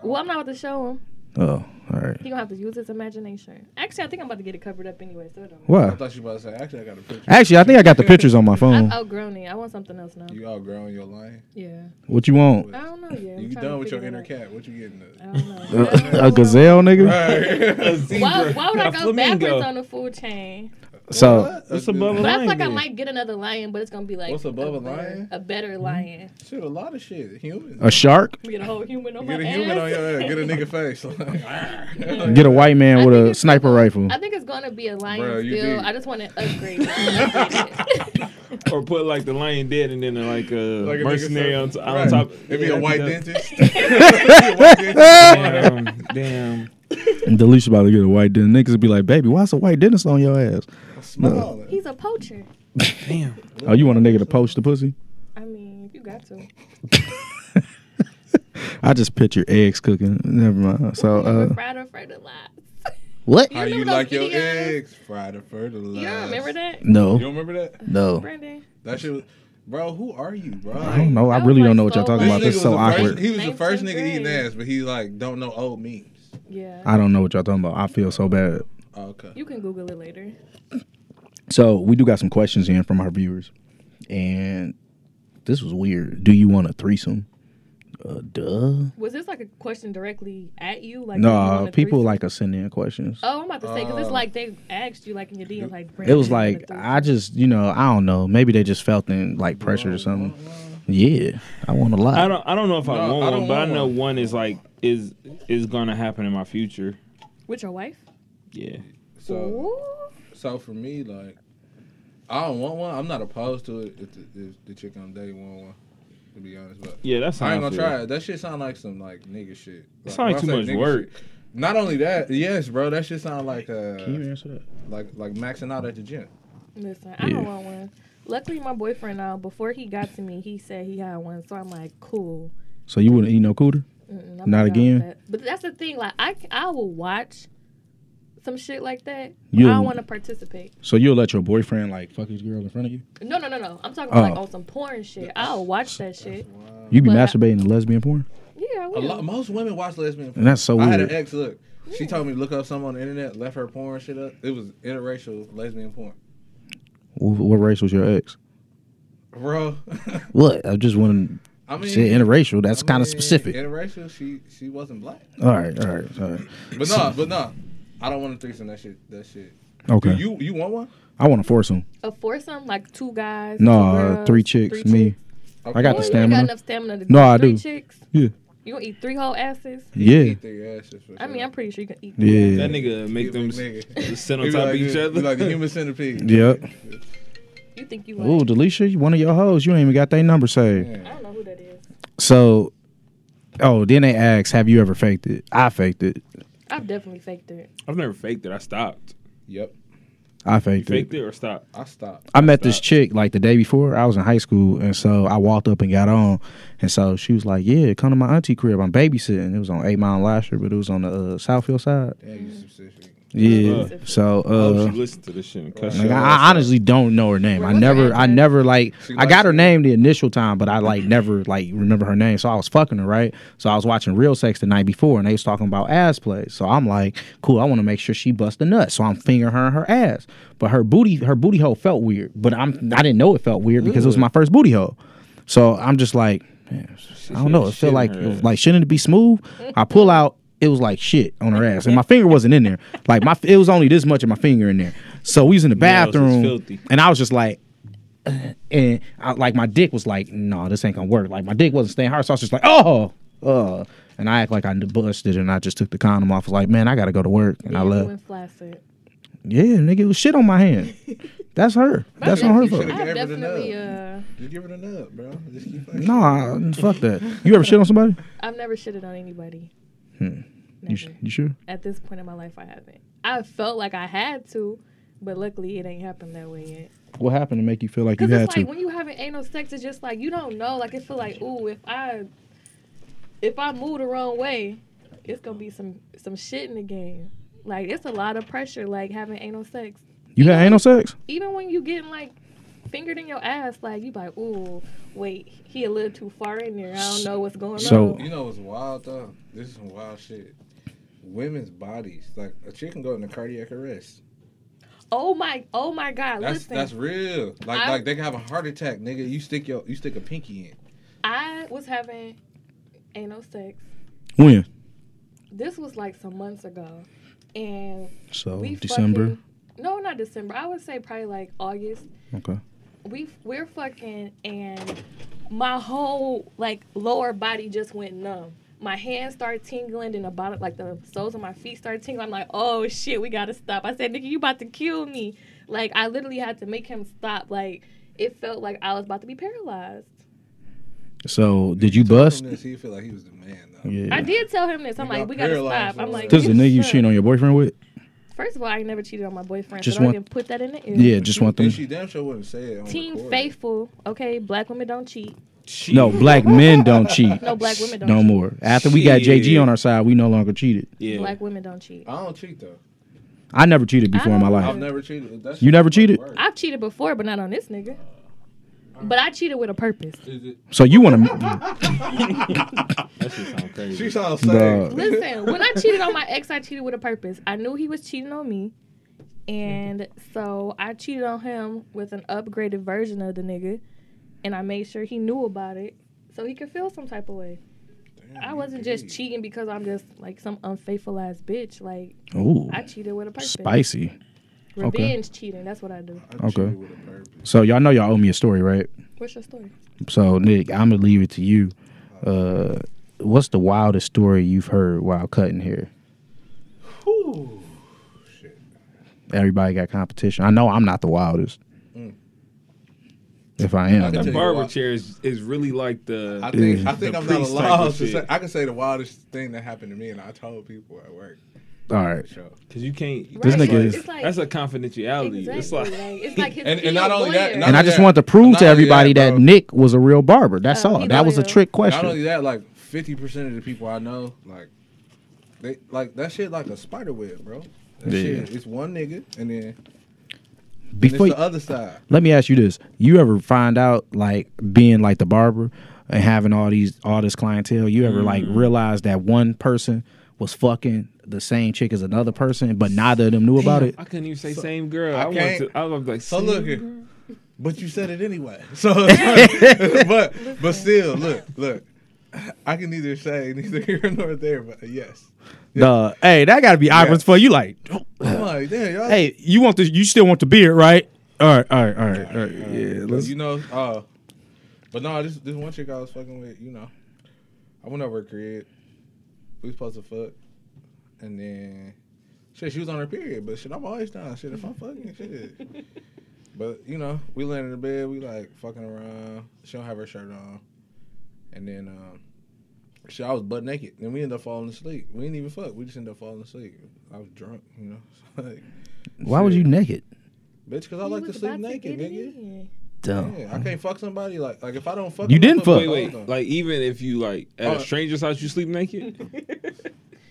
S4: Well, I'm not about to show him.
S1: Oh, all right. right.
S4: He gonna have to use his imagination. Actually, I think I'm about to get it covered up anyway, so it don't.
S5: I
S1: What?
S5: thought you about to say. Actually, I got a picture.
S1: Actually, I think I got the pictures on my phone.
S4: I've outgrown it. I want something else now.
S5: You all growing your line.
S4: Yeah.
S1: What you want?
S4: I don't know yet. I'm trying
S5: You
S4: to
S5: done with your
S4: figure
S5: inner
S4: it out.
S5: cat? What you getting? At?
S4: I
S1: Uh,
S4: don't know. I don't know.
S1: A gazelle, nigga.
S5: Right.
S4: Why, why would I
S6: A
S4: go
S6: flamingo.
S4: backwards on the food chain?
S1: So
S5: What?
S6: What's
S5: A
S6: above
S5: good-
S6: a
S4: But I feel
S6: lion?
S4: like I
S6: then?
S4: might get another lion, but it's gonna be like
S5: What's above a
S4: better-
S5: lion?
S4: A better lion.
S5: Shit, a lot of shit. Humans.
S1: a shark.
S4: We get a whole human on
S5: Get
S4: my
S5: a human
S4: ass.
S5: on your head. Get a nigga face. Like,
S1: Get a white
S4: I
S1: man with
S4: think
S1: a
S4: it's
S1: sniper
S4: gonna-
S1: rifle.
S4: I think it's gonna be a lion
S5: Bruh, you
S4: still.
S5: deep.
S4: I just want to upgrade. it.
S6: or put like the lion dead and then uh, like a
S5: Like a nigga
S6: mercenary on,
S5: said-
S6: to- on
S5: Right.
S6: top.
S5: It'd be
S6: Yeah,
S5: a white
S6: that'd be
S5: dentist. It'd be a white dentist.
S6: dope. Damn, damn.
S1: And Delisha about to get a white dentist. Niggas would be like, baby, why's a white dentist on your ass?
S5: Small.
S4: He's a poacher.
S1: Oh, you want a nigga to poach the pussy?
S4: I mean, you got to.
S1: I just picture eggs cooking. Never mind. So, uh,
S4: Fried or fried a lot.
S1: what?
S5: How you
S4: remember
S5: like
S4: those
S5: your
S4: videos?
S5: eggs? Fried or fertilized.
S4: You don't remember that,
S5: You
S1: No,
S5: don't remember that?
S1: no.
S4: Brandon?
S5: That shit was, bro, who are you, bro?
S1: I don't know. I really don't know what y'all talking about. This
S5: This nigga was
S1: is so
S5: the first-
S1: awkward.
S5: he was the first nigga
S4: 19th
S5: eating
S4: grade.
S5: ass, but he like don't know old memes.
S4: Yeah.
S1: I don't know what y'all talking about. I feel so bad.
S5: Oh, okay.
S4: you can Google it later.
S1: So we do got some questions in from our viewers, and this was weird. Do you want a threesome? Uh, duh.
S4: Was this like a question directly at you? Like
S1: No,
S4: you want a
S1: people
S4: threesome?
S1: like us send in questions.
S4: Oh, I'm about to say because it's
S5: Oh.
S4: like they asked you like in your DMs like.
S1: It
S4: Brandon,
S1: was
S4: you want a
S1: like
S4: threesome?
S1: I just, you know, I don't know. Maybe they just felt in like pressure or something. Yeah, I want a
S6: I
S1: lot.
S6: don't. I don't know if I
S5: No,
S6: want
S5: I
S6: one,
S5: don't
S6: but I
S5: want
S6: know
S5: one.
S6: one is like is is gonna happen in my future.
S4: with your wife.
S6: Yeah.
S5: So, so for me, like, I don't want one. I'm not opposed to it if the, if the chick I'm dating want one. To be honest, but
S6: Yeah, that's how
S5: I ain't gonna
S6: feel.
S5: try it. That shit sound like some like nigga shit.
S6: It sound like
S5: when I
S6: too
S5: say
S6: much
S5: nigga
S6: work.
S5: shit- Not only that, yes, bro. That shit sound like
S1: Can you
S5: uh,
S1: answer that?
S5: like like maxing out at the gym.
S4: Listen, I don't want one. Luckily, my boyfriend now before he got to me, he said he had one, so I'm like, cool.
S1: So you wouldn't eat no cooter?
S4: Mm-mm,
S1: Not
S4: Mm, I'm down with
S1: again?
S4: that. But that's the thing. Like I, c- I will watch some shit like that. but
S1: You-
S4: I don't want to participate.
S1: So you'll let your boyfriend like fuck his girl in front of you?
S4: No, no, no, no. I'm talking about like
S1: Oh.
S4: on some porn shit. I'll watch that shit.
S1: You be
S4: But I-
S1: masturbating to lesbian porn?
S4: Yeah, I
S5: A
S4: will.
S5: lot, most women watch lesbian.
S1: And that's so
S5: I had an
S1: weird.
S5: ex. Look, she told me to look up something on the internet. Left her porn shit up. It was interracial lesbian porn,
S1: Wh- what race was your ex?
S5: bro.
S1: What? I just want
S5: I
S1: to
S5: mean,
S1: say interracial. That's
S5: I
S1: kind of
S5: mean,
S1: specific.
S5: Interracial. She she wasn't black.
S1: all right, all right, all right.
S5: But no, but no. I don't want to threesome. That shit. That shit.
S1: Okay.
S5: Do you you want one?
S1: I want to force him.
S4: A foursome, like two guys.
S1: No,
S4: two
S1: uh,
S4: girls,
S1: three chicks,
S4: three
S1: me.
S4: chicks.
S5: Okay.
S1: I got
S4: Well,
S1: the
S4: you ain't
S1: stamina.
S4: got enough stamina to
S1: No,
S4: do
S1: I
S4: three
S1: do.
S4: chicks.
S1: Yeah.
S4: You gonna eat three whole asses?
S1: Yeah,
S5: Eat their asses for
S4: I mean,
S5: sure.
S4: I'm pretty sure you can eat. three
S1: yeah.
S6: That nigga make them s-
S5: Nigga.
S6: sit
S5: He
S6: on
S5: be
S6: top
S5: like
S6: of each
S5: the-
S6: other.
S5: he like the human centipede.
S1: Yep.
S4: asses. You think you?
S1: Ooh,
S4: Like,
S1: Delisha, you- one of your hoes. You ain't even got their number saved.
S4: I
S5: Yeah.
S4: don't know who that is.
S1: So, oh, then they asked, "Have you ever faked it?" I faked it.
S4: I've definitely faked it.
S6: I've never faked it. I stopped.
S5: Yep.
S1: I
S6: You
S1: faked it.
S6: faked it or stopped?
S5: I stopped.
S1: I met this
S6: Stop.
S1: chick like the day before. I was in high school, and so I walked up and got on, and so she was like, "Yeah, come to my auntie crib. I'm babysitting." It was on Eight Mile and Lasher, but it was on the uh, Southfield side.
S5: Damn, you specific.
S1: Yeah.
S6: Uh,
S1: So,
S6: oh,
S1: uh,
S6: she listened to this shit and
S1: like,
S6: cut shit.
S1: I, I honestly don't know her name. I
S4: What's her
S1: never, I
S4: address?
S1: never like,
S5: She
S1: I got
S5: likes
S1: her
S5: you.
S1: name the initial time, but I like never like remember her name. So I was fucking her, right? So I was watching Real Sex the night before, and they was talking about ass plays. So I'm like, cool, I want to make sure she bust a nut. So I'm fingering her in her ass, but her booty, her booty hole felt weird. But I'm, I didn't know it felt weird because it was my first booty hole. So I'm just like, man, I don't know. It
S6: shit in
S1: felt like,
S6: her
S1: it was
S6: ass.
S1: like shouldn't it be smooth? I pull out. It was like shit on her ass, and my finger wasn't in there. Like my, it was only this much of my finger in there. So we was in the
S6: Nails is
S1: bathroom,
S6: filthy.
S1: and I was just like, and I, like my dick was like, no, this ain't gonna work. Like my dick wasn't staying hard, so I was just like, oh, uh, and I act like I busted, and I just took the condom off. I was like, man, I gotta go to work, and I
S4: Yeah, you
S1: left.
S4: went flaccid.
S1: Yeah, nigga, it was shit on my hand. That's her. That's on her
S5: you
S1: fault.
S5: should've-
S4: I
S5: Give her the
S4: definitely, uh,
S5: nub. Just give it a nub, bro. Just keep fucking.
S1: No, I, fuck that. You ever shit on somebody?
S4: I've never shitted on anybody.
S1: You,
S4: Never.
S1: sh- Hmm. you sure?
S4: At this point in my life, I haven't. I felt like I had to, but luckily it ain't happened that way yet.
S1: What happened to make you feel like you
S4: Because
S1: had
S4: it's
S1: to?
S4: like when you haven't anal sex, it's just like you don't know. Like it feel like, ooh, if I if I move the wrong way, it's gonna be some some shit in the game. Like it's a lot of pressure, like having anal sex.
S1: You had anal sex?
S4: Even when you getting like fingered in your ass, like you like, ooh, wait, he a little too far in there. I don't know what's going
S1: So-
S4: on.
S5: You know what's wild though? This is some wild shit. women's bodies. Like a chick can go into cardiac arrest.
S4: Oh my, oh my God!
S5: That's
S4: Listen,
S5: that's real. Like
S4: I-
S5: like they can have a heart attack, nigga. You stick your you stick a pinky in.
S4: I was having anal sex.
S1: When?
S4: This was like some months ago, and
S1: So
S4: we
S1: Oh, December.
S4: Fucking, no, not December. I would say probably like August.
S1: Okay.
S4: We we're fucking, and my whole like lower body just went numb. My hands start tingling, and the bottom, like the soles of my feet start tingling. I'm like, oh shit, we gotta stop. I said, nigga, you about to kill me. Like I literally had to make him stop. Like it felt like I was about to be paralyzed.
S1: So did you bust?
S5: From this, he feel like he was the man though.
S4: I
S1: Yeah.
S4: did tell him this. I'm
S5: You
S4: like,
S5: got
S4: we gotta
S5: paralyzed
S4: stop. I'm
S5: over
S4: like,
S1: This is the
S4: get
S1: nigga you
S4: some-
S1: cheating on your boyfriend with?
S4: First of all, I ain't never cheated on my boyfriend,
S1: Just
S4: so don't
S1: want-
S4: even put that in the air.
S1: Yeah, just want them.
S5: And she damn sure wouldn't say it. On
S4: Team
S5: recording.
S4: faithful, okay. Black women don't cheat.
S1: No, black men don't cheat.
S4: No, black women don't
S1: No
S4: cheat.
S1: more. After we got JG
S6: Shit.
S1: on our side, we no longer cheated.
S6: Yeah.
S4: Black women don't cheat.
S5: I don't cheat though.
S1: I never cheated before in my
S4: don't-
S5: I've
S1: life.
S5: never cheated. That's
S1: You never cheated?
S5: Word.
S4: I've cheated before, but not on this nigga. But I cheated with a purpose.
S5: Is it-
S1: So you want to?
S6: That shit sound crazy.
S5: She sounds
S1: Nah.
S5: sad.
S4: Listen, when I cheated on my ex, I cheated with a purpose. I knew he was cheating on me, and so I cheated on him with an upgraded version of the nigga, and I made sure he knew about it so he could feel some type of way. I wasn't just cheating because I'm just like some unfaithful ass bitch. Like
S1: Ooh,
S4: I cheated with a purpose.
S1: spicy. okay.
S4: Revenge cheating. That's what I do.
S5: I
S1: Okay.
S5: cheated with a purpose.
S1: So y'all know y'all owe me a story, right?
S4: What's your story?
S1: So Nick, I'm gonna leave it to you. Uh, what's the wildest story you've heard while cutting hair?
S5: Whew. Shit.
S1: Everybody got competition. I know I'm not the wildest.
S5: Mm.
S1: If I am,
S5: I can
S6: That
S5: tell you
S6: barber
S5: why.
S6: chair is, is really like the.
S5: I think
S1: Yeah.
S5: I think
S6: The
S5: I'm not
S6: priest type of
S5: allowed to
S6: shit.
S5: say. I can say the wildest thing that happened to me, and I told people at work.
S1: all right.
S5: Sure.
S6: Because you can't.
S1: This
S4: Right,
S1: nigga is-
S4: It's like,
S6: That's a confidentiality.
S4: exactly,
S6: It's like.
S4: it's like his
S5: And- and
S4: he
S5: not
S4: a
S5: only that-
S4: lawyer.
S5: not
S1: And I just want to prove
S5: Not
S1: to
S5: only
S1: everybody
S5: that,
S1: that
S5: bro.
S1: Nick was a real barber. That's
S4: Oh,
S1: all.
S4: he
S1: That was a
S4: loyal.
S1: trick
S5: Not only
S1: question.
S5: that, like fifty percent of the people I know, like they like that shit like a spider web, bro. That
S1: Yeah.
S5: shit, it's one nigga, and then and
S1: Before
S5: it's the other side.
S1: Let me ask you this: You ever find out, like being like the barber and having all these all this clientele, you ever
S5: Mm.
S1: like realize that one person was fucking the same chick as another person, but neither of them knew about
S6: Damn,
S1: it?
S6: I couldn't even say same girl.
S5: I
S6: I, want
S5: can't-
S6: to. I was like,
S5: So
S6: same
S5: look here.
S6: girl?
S5: But you said it anyway. So, but but still, look, look. I can neither say neither here nor there, but yes.
S1: Duh. hey, that got to be awkward
S5: Yeah.
S1: for you. Like,
S5: I'm like, damn, y'all.
S1: hey, you want this? You still want the beard, right? All right, all right, all right, all right. Yeah,
S5: But
S1: let's.
S5: you know, uh, but no, this this one chick I was fucking with, you know, I went over her crib. We supposed to fuck, and then shit, she was on her period, but shit, I'm always down. Shit, if I'm fucking, shit. But you know, we laying in the bed, we like fucking around. She don't have her shirt on, and then um, shit, I was butt naked, and we end up falling asleep. We didn't even fuck. We just end up falling asleep. I was drunk, you know. like,
S1: Why was you naked?
S5: bitch? Cause I
S4: He
S5: like to
S4: was
S5: sleep
S4: about
S5: naked,
S4: get it
S5: nigga.
S4: in.
S1: Dumb.
S5: Yeah, I can't fuck somebody like like if I don't fuck.
S1: You
S5: them,
S1: didn't
S5: I put
S1: fuck.
S5: my
S6: Wait,
S5: clothes
S6: wait.
S5: on.
S6: Like even if you like at
S5: Oh.
S6: a stranger's house, you sleep naked.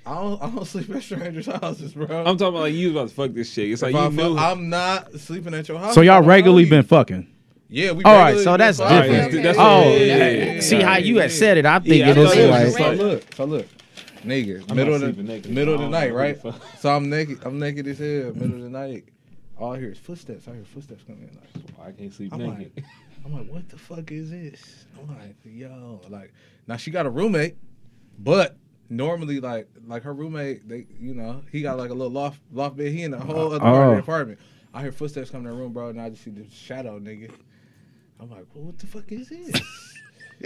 S5: I don't I don't sleep at strangers' houses, bro.
S6: I'm talking about like you was about to fuck this shit. It's
S5: If
S6: like
S5: I
S6: you
S5: fuck-
S6: know.
S5: I'm not sleeping at your house.
S1: So
S5: I
S1: y'all
S5: don't know
S1: regularly
S5: you.
S1: been fucking?
S5: Yeah, we.
S1: All right,
S5: regularly
S1: so
S5: been
S1: that's
S5: fucking.
S1: different.
S4: Yeah, That's
S1: oh,
S4: yeah,
S1: yeah,
S4: yeah,
S1: see how you had
S5: yeah.
S1: said it. I think
S6: Yeah, I
S1: it was
S6: thought it was
S1: like
S6: just
S5: so
S6: like-
S5: look, so look, nigga,
S6: not
S5: middle of the
S6: sleeping naked.
S5: middle of
S6: I
S5: the
S6: don't
S5: night,
S6: know
S5: right?
S6: who the
S5: So I'm naked. I'm naked as hell. Middle of the night. All I hear is footsteps. I hear footsteps coming in. Like,
S6: Oh, I can't sleep
S5: I'm
S6: naked.
S5: like, I'm like, what the fuck is this? I'm like, yo, like, now she got a roommate, but normally, like, like her roommate, they, you know, he got like a little loft, loft bed. He
S6: Uh,
S5: in a whole other part of
S1: Oh.
S5: the apartment. I hear footsteps coming in the room, bro, and I just see this shadow, nigga. I'm like, well, what the fuck is this?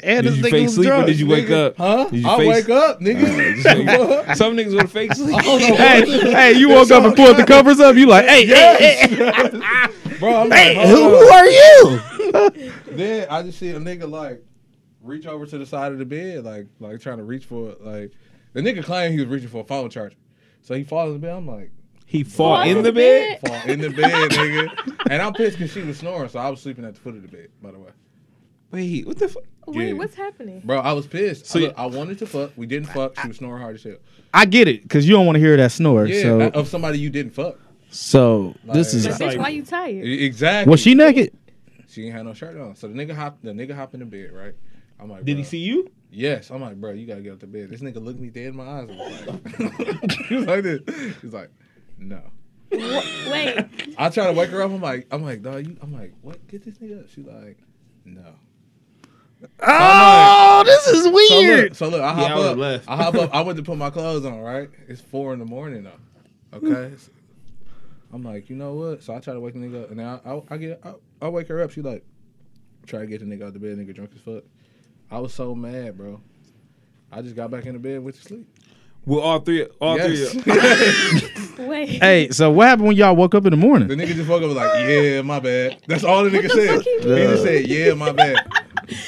S1: and
S6: Did
S1: this
S6: you
S1: nigga
S6: fake
S1: was
S6: sleep or
S1: drunk.
S6: did you wake up?
S5: Huh?
S6: Did you
S5: I
S6: face-
S5: wake up,
S6: Alright,
S5: nigga.
S6: just like- Some niggas with a fake sleep.
S1: hey, hey, you woke up and pulled the covers up. You like, hey, hey, hey,
S5: bro, I'm like,
S1: hey,
S5: hold
S1: who
S5: up.
S1: are you?
S5: Then I just see a nigga like reach over to the side of the bed, like like trying to reach for like the nigga claimed he was reaching for a phone charger. So he falls in the bed. I'm like,
S6: He fought in the
S4: the
S6: bed.
S4: bed?
S5: fall in the Oh, bed, nigga. And I'm pissed because she was snoring, so I was sleeping at the foot of the bed. By the way,
S6: Wait, what the fuck?
S4: Wait,
S5: Yeah.
S4: what's happening?
S5: bro, I was pissed.
S6: So
S5: I,
S6: you-
S5: look, I wanted to fuck. We didn't fuck. She was snoring hard as hell.
S1: I get it, cause you don't want to hear that snore.
S5: Yeah,
S1: so,
S5: of somebody you didn't fuck.
S1: so this
S5: Like-
S1: is.
S4: But
S6: It's
S4: bitch,
S6: uh, like-
S4: why you tired?
S5: E- Exactly.
S1: Was she naked?
S5: She ain't had no shirt on. So the nigga hop. The nigga hop in the bed, right? I'm like,
S6: Did he
S5: "Bruh."
S6: see you?
S5: Yes, I'm like, bro, you gotta get out the bed. This nigga looked me dead in my eyes. And was like, he was like this. He's like, no.
S4: Wait,
S5: I try to wake her up. I'm like, I'm like, dog, you. I'm like, what? Get this nigga up. She's like, no.
S3: Oh, this is
S5: So
S3: weird.
S5: look, so look, I hop
S6: would've
S5: up.
S6: left.
S5: I hop up. I went to put my clothes on. Right, it's four in the morning though. Okay, I'm like, you know what? So I try to wake the nigga up, and then I, I, I get, I, I wake her up. She like, try to get the nigga out the bed. Nigga drunk as fuck. I was so mad, bro. I just got back in the bed, went to sleep.
S6: Well, all three, all
S5: Yes.
S6: three.
S4: wait.
S1: Hey, so what happened when y'all woke up in the
S5: The
S1: morning?
S5: nigga just woke up and was like, yeah, my bad. That's all the nigga
S4: the
S5: said.
S4: fuck he
S5: He just said, yeah, my bad.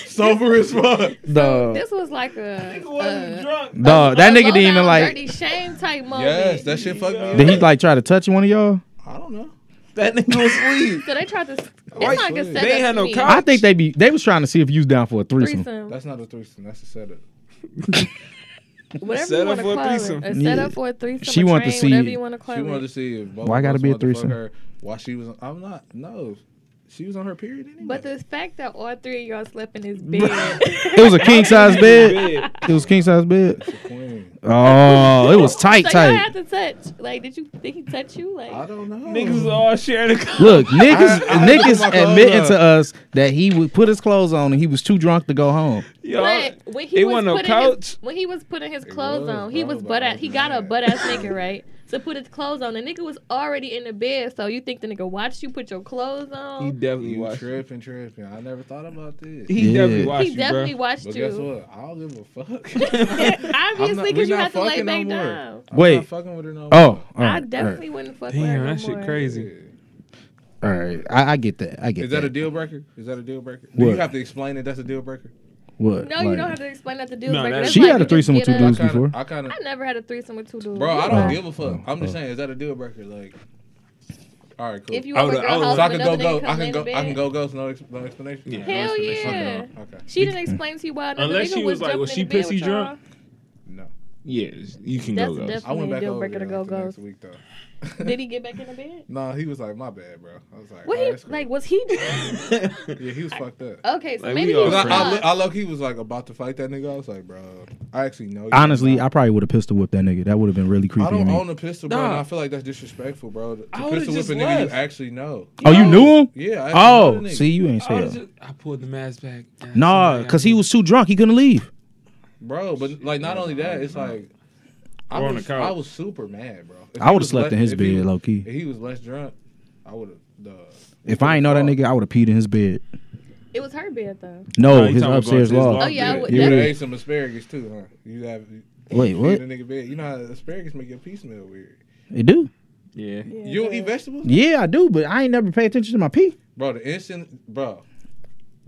S5: Sober as fuck.
S1: Dog,
S4: This was like a, a
S6: drunk.
S1: dog, Oh, that
S4: a
S1: nigga didn't even
S4: low-down,
S1: like.
S4: dirty shame type moment.
S5: Yes, that shit fucked me
S1: Did
S5: up.
S1: he like try to touch one of y'all?
S5: I don't know.
S3: That nigga was weak.
S4: So they tried to. It's
S5: Right.
S4: like a
S5: They
S4: setup
S6: ain't had
S4: to
S6: no
S4: me.
S6: cop-
S1: I think they be they was trying to see if you was down for a threesome.
S4: threesome.
S5: That's not a threesome. That's a setup.
S4: Whatever
S6: Set
S4: you
S6: up
S4: want to
S6: for a
S4: call
S6: threesome.
S4: it. A
S1: Yeah.
S4: setup for a threesome.
S1: She
S4: a
S1: wanted to
S4: train,
S1: see-
S4: Whatever you want to call
S5: She
S4: it.
S5: wanted to see if both
S1: Why
S5: of
S1: gotta
S5: us
S1: be a
S5: wanted to fuck
S1: threesome?
S5: Her while she was, I'm not. No, she was on her period anyway.
S4: But the fact that all three of y'all slept in his bed.
S1: It was a king size bed. It was king size bed.
S5: Queen.
S1: Oh, it was tight,
S4: so y'all
S1: tight.
S4: had to touch. Like, did you? Did he touch you? Like,
S5: I don't know.
S6: Niggas all sharing a car.
S1: Look, niggas,
S5: I had to put my
S1: niggas
S5: clothes
S1: admitting
S5: on.
S1: to us that he would put his clothes on and he was too drunk to go home.
S6: Y'all,
S4: But when he
S6: it
S4: was
S6: wasn't no
S4: putting
S6: couch.
S4: His, when he was putting his clothes
S5: was,
S4: on, he
S5: bro,
S4: was
S5: but
S4: butt
S5: I
S4: ass.
S5: was
S4: He got a
S5: mad.
S4: butt ass nigga, right? So put his clothes on. The nigga was already in the bed. So you think the nigga watched you put your clothes
S6: he
S4: on?
S6: definitely
S5: You
S6: watched.
S5: tripping, tripping. I never thought about this.
S6: He
S1: Yeah.
S6: definitely
S1: He
S6: watched
S4: he
S6: you,
S4: definitely
S6: bro.
S4: watched
S5: But
S4: you.
S5: guess what? I don't give a fuck.
S4: Obviously,
S5: we
S4: because you
S5: not
S4: had to lay
S5: fucking no
S4: back
S5: more.
S4: down.
S5: I'm
S1: Wait.
S5: Not fucking with her no more.
S1: Oh, all
S4: I
S1: right,
S4: definitely wouldn't fuck with her
S6: Damn,
S4: no
S6: that shit
S4: more.
S6: crazy.
S5: Yeah.
S1: All right, I, I get that. I get
S5: Is that a deal breaker? Is that a deal breaker? Do
S1: What?
S5: you have to explain that that's a deal breaker?
S1: what?
S4: No, you
S1: Like,
S4: don't have to explain that to dudes.
S6: No,
S4: breaker.
S6: that's-
S4: That's
S1: She
S4: like
S1: had
S4: you
S1: a threesome
S4: just
S1: with
S4: get
S1: two
S5: I
S1: dudes.
S4: up-
S5: kinda,
S1: before?
S5: I kind of,
S4: I never had a threesome with two dudes.
S5: bro. I don't
S1: Oh.
S5: give a fuck. I'm just
S1: Oh.
S5: saying, is that a deal breaker? Like, all right, cool.
S4: If you
S6: I
S4: over
S6: would've-
S4: girl
S6: I would've-
S4: house,
S5: so I can go,
S4: another
S5: go.
S4: nigga
S5: I
S4: come lay
S5: can
S4: in
S5: go.
S4: the
S5: I can
S4: bed.
S5: go. Ghost. No, ex- no explanation.
S6: Yeah.
S4: Hell yeah.
S5: Okay. okay.
S4: She didn't explain to you why another
S6: Unless
S4: nigga
S6: she was like,
S4: jumping
S6: was
S4: in
S6: she
S4: the bed
S6: pissy
S4: with y'all.
S6: drunk?
S5: No,
S6: Yeah, you can
S4: That's
S6: go. Ghost.
S4: definitely-
S5: I went
S4: a
S5: back
S4: deal
S5: over
S4: breaker
S5: there
S4: to go
S5: like, the
S4: ghost.
S5: next week though.
S4: Did he get back in the bed?
S5: No, he was like, my bad, bro. I was like,
S4: What
S5: all
S4: he
S5: right, Oh, that's cool.
S4: like? Was he?
S5: Yeah, he was fucked up.
S4: Okay, so
S6: Like, we
S4: maybe he
S6: all
S4: was
S5: Cause I, I,
S4: drunk.
S5: lo- I low key was like about to fight that nigga. I was like, bro, I actually know. You
S1: Honestly, I probably would have pistol whipped that nigga. That would have been really creepy.
S5: I
S1: to
S5: don't
S1: me.
S5: own a pistol, bro. and
S6: Nah.
S5: I feel like that's disrespectful, bro. To
S6: I would've
S5: pistol whip
S6: just
S5: a nigga you
S6: left.
S5: actually know.
S1: Oh, you knew him?
S5: Yeah. I actually know
S1: Oh,
S5: the nigga.
S1: see, you ain't
S6: I,
S1: say
S6: would've
S1: that.
S6: just- I pulled the mask back. God,
S1: Nah,
S6: somebody
S1: because
S6: got
S1: he
S6: me.
S1: was too drunk. He couldn't leave.
S5: bro. But like, not only that, it's like I
S6: We're on
S5: was,
S6: the couch.
S5: I was super mad, bro. If
S1: I
S5: he
S1: would have
S5: was
S1: slept
S5: less-
S1: in his
S5: if he
S1: bed,
S5: was-
S1: low key.
S5: If he was less drunk, I would have.
S1: If I ain't know that nigga, I would have peed in his bed.
S4: It was her bed though.
S1: No,
S6: No, he
S1: Oh, his
S6: talking about going
S1: upstairs
S6: to his
S1: loft.
S6: loft.
S4: Oh yeah, I
S6: Yeah,
S4: would.
S1: you
S5: You
S1: would've-
S5: would
S4: that-
S5: ate some asparagus too, huh? You have
S1: Wait,
S5: you
S1: what?
S5: in a nigga bed. You know how asparagus make your piecemeal weird.
S1: It do?
S6: Yeah.
S4: yeah,
S5: You don't
S4: yeah.
S5: eat vegetables,
S1: Yeah, I do, but I ain't never pay attention to my pee.
S5: bro. The instant, bro,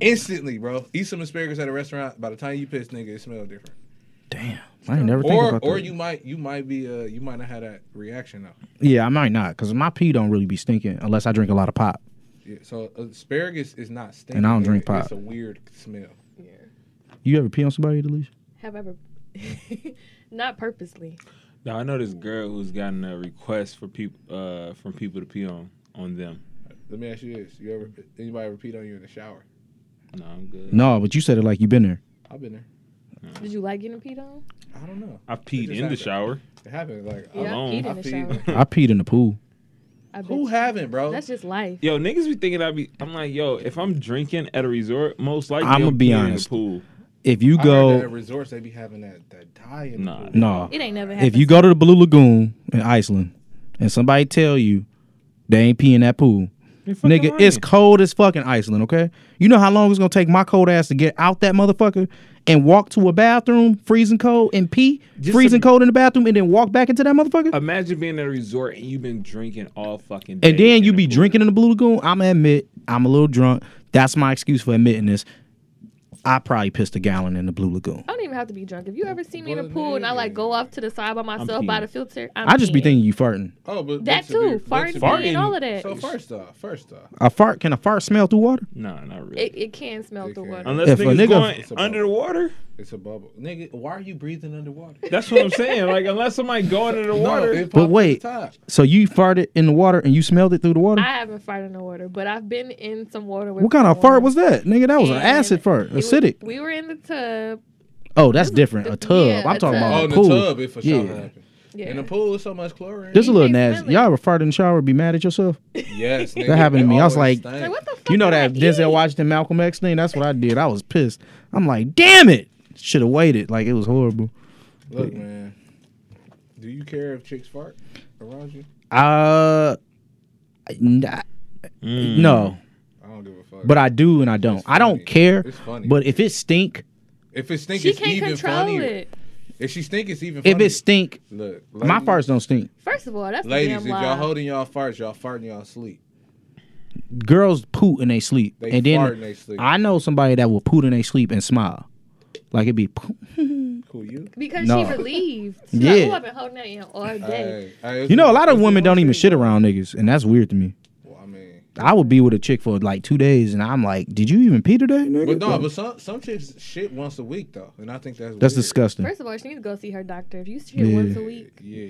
S5: instantly, bro. Eat some asparagus at a restaurant. By the time you piss, nigga, it smell different.
S1: Damn, I ain't never think
S5: Or
S1: about that.
S5: or you might you might be uh you might not have that reaction though.
S1: Yeah, I might not, because my pee don't really be stinking unless I drink a lot of pop.
S5: Yeah, so asparagus is not stinky.
S1: And I don't drink
S5: nigga.
S1: pop.
S5: It's a weird smell.
S4: Yeah.
S1: You ever pee on somebody, Delisha?
S4: Have ever. Not purposely.
S6: Now I know this girl who's gotten a request for people uh, from people to pee on on them.
S5: Let me ask you this: You ever anybody repeat on you in the shower?
S6: No, I'm good.
S1: No, but you said it like you been there.
S5: I've been there.
S4: Did you like getting peed on?
S5: I don't know.
S6: I
S5: It
S6: peed
S5: just
S6: in the
S5: happened.
S6: shower.
S5: It happened. Like
S4: Yeah,
S6: Alone.
S4: I peed in
S5: I
S4: the
S5: peed.
S4: shower.
S1: I peed in the pool.
S4: I bet
S5: who
S4: you.
S5: haven't, bro?
S4: That's just life.
S6: Yo, niggas be thinking I be. I'm like, yo, if I'm drinking at a resort, most likely
S1: I'ma
S6: I'm
S1: be
S6: peeing in the
S1: honest.
S6: pool.
S1: If you
S5: I heard that at
S1: go,
S5: resorts they be having that that dye in
S6: Nah.
S5: the pool.
S1: no,
S4: It ain't never happened.
S1: if you go to the Blue Lagoon in Iceland and somebody tell you they ain't peeing that pool, nigga, it's cold as fucking Iceland. Okay, you know how long it's gonna take my cold ass to get out that motherfucker and walk to a bathroom freezing cold and pee
S6: Just
S1: freezing
S6: im-
S1: cold in the bathroom and then walk back into that motherfucker.
S6: Imagine being at a resort and you've been drinking all fucking. Day
S1: And then
S6: in
S1: you
S6: the
S1: be
S6: pool.
S1: drinking in the Blue Lagoon. I'm gonna admit, I'm a little drunk. That's my excuse for admitting this. I probably pissed a gallon in the Blue Lagoon.
S4: I don't even have to be drunk. If you ever see me in a
S5: Well,
S4: pool and I like go
S5: nigga.
S4: off to the side by myself by
S6: peeing.
S4: the filter, I'm
S1: I just be
S4: peeing.
S1: thinking you farting.
S5: Oh,
S4: that
S5: but that's a
S4: too.
S5: weird- that's
S4: Farting,
S5: a
S4: peeing,
S5: weird-
S4: all of that.
S5: So first off, first off,
S1: A fart can a fart smell through water?
S6: Nah, not really.
S4: It, it can smell
S5: It
S4: the
S5: can.
S4: water.
S6: Unless
S1: If a
S6: niggas
S1: nigga-
S6: going
S5: It's a
S6: under the water.
S5: It's a bubble, nigga. Why are you breathing underwater?
S6: That's what I'm saying. Like unless somebody go into the water,
S5: No, it popped
S1: But
S5: at the
S1: wait,
S5: top.
S1: so you farted in the water and you smelled it through the water?
S4: I haven't farted in the water, but I've been in some water. With
S1: what kind of
S4: someone.
S1: fart was that, nigga? That was an
S4: And
S1: acid fart,
S4: it was-
S1: acidic.
S4: we were in the tub.
S1: oh, that's different. A tub.
S4: yeah,
S1: I'm talking
S4: a tub.
S1: about
S5: Oh,
S1: a
S5: in the
S1: pool.
S5: tub, it for sure
S1: Yeah.
S5: happened.
S4: Yeah.
S5: In the pool, with so much chlorine.
S1: This a
S4: You
S1: little
S4: can't
S1: nasty.
S4: smell it.
S1: Y'all ever fart in the shower? Be mad at yourself?
S5: yes, nigga,
S1: That happened to
S5: it
S1: me. I was
S5: always
S1: like-
S5: stank.
S4: Like, what the fuck
S1: You know
S4: did I
S1: that Denzel
S4: eat?
S1: Washington Malcolm X thing? That's what I did. I was pissed. I'm like, damn it. Should have waited. Like it was horrible.
S5: Look, man. Do you care if chicks fart around you?
S1: Uh, n- I-
S6: Mm.
S1: no,
S5: I don't give a fuck.
S1: but I do and I don't.
S5: It's
S1: I
S5: funny.
S1: don't care.
S5: It's funny.
S1: But if it stink,
S5: if it stink,
S4: She
S5: it's
S4: can't
S5: even
S4: control
S5: funnier.
S4: it.
S5: If she stink, it's even.
S1: if
S5: funnier.
S1: it stink,
S5: look,
S1: my
S5: ladies-
S1: farts don't stink.
S4: First of all, that's
S5: Ladies,
S4: a
S5: if
S4: damn lie.
S5: y'all holding y'all farts, y'all farting y'all sleep.
S1: Girls poot in they sleep,
S5: They
S1: and
S5: fart
S1: then
S5: in they sleep.
S1: I know somebody that will poot in they sleep and smile, like it'd be. poo-
S5: Cool, you.
S4: because
S1: No.
S4: she relieved.
S1: Yeah.
S4: yeah. I've been holding that in all day.
S5: Hey, hey, it's-
S1: You know, a lot of
S5: it's
S1: women don't
S5: emotion,
S1: even shit
S5: bro.
S1: around niggas, and that's weird to me.
S5: Well, I mean,
S1: I would be with a chick for like two days, and I'm like, "Did you even pee today?" Nigga?
S5: but no,
S1: Like,
S5: but some some chicks shit once a week though, and I think that's
S1: that's
S5: weird.
S1: disgusting.
S4: First of all, she needs to go see her doctor. If you shit
S1: Yeah.
S4: once a week,
S5: Yeah,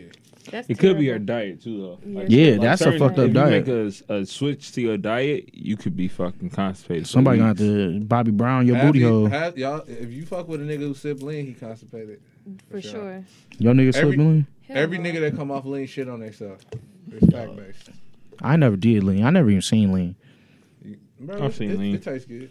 S4: that's
S6: It could be her
S4: terrible.
S6: diet too, though. Like,
S1: Yeah, that's a
S6: certain-
S1: fucked up
S6: if
S1: diet.
S6: You make a, a switch to your diet, you could be fucking constipated. for
S1: Somebody gonna have
S6: weeks.
S1: to Bobby Brown your
S5: Have
S1: booty
S5: you-
S1: hole.
S5: have y'all, if you fuck with a nigga who sip lean, he constipated.
S4: for sure.
S1: Your nigga
S5: Every-
S1: slipped lean.
S4: Hell
S5: Every
S4: no.
S5: nigga that come off lean shit on themselves. It's fact based.
S1: I never did lean. I never even seen lean.
S5: Bro,
S6: I've
S5: it-
S6: seen
S5: it,
S6: lean.
S5: It tastes good.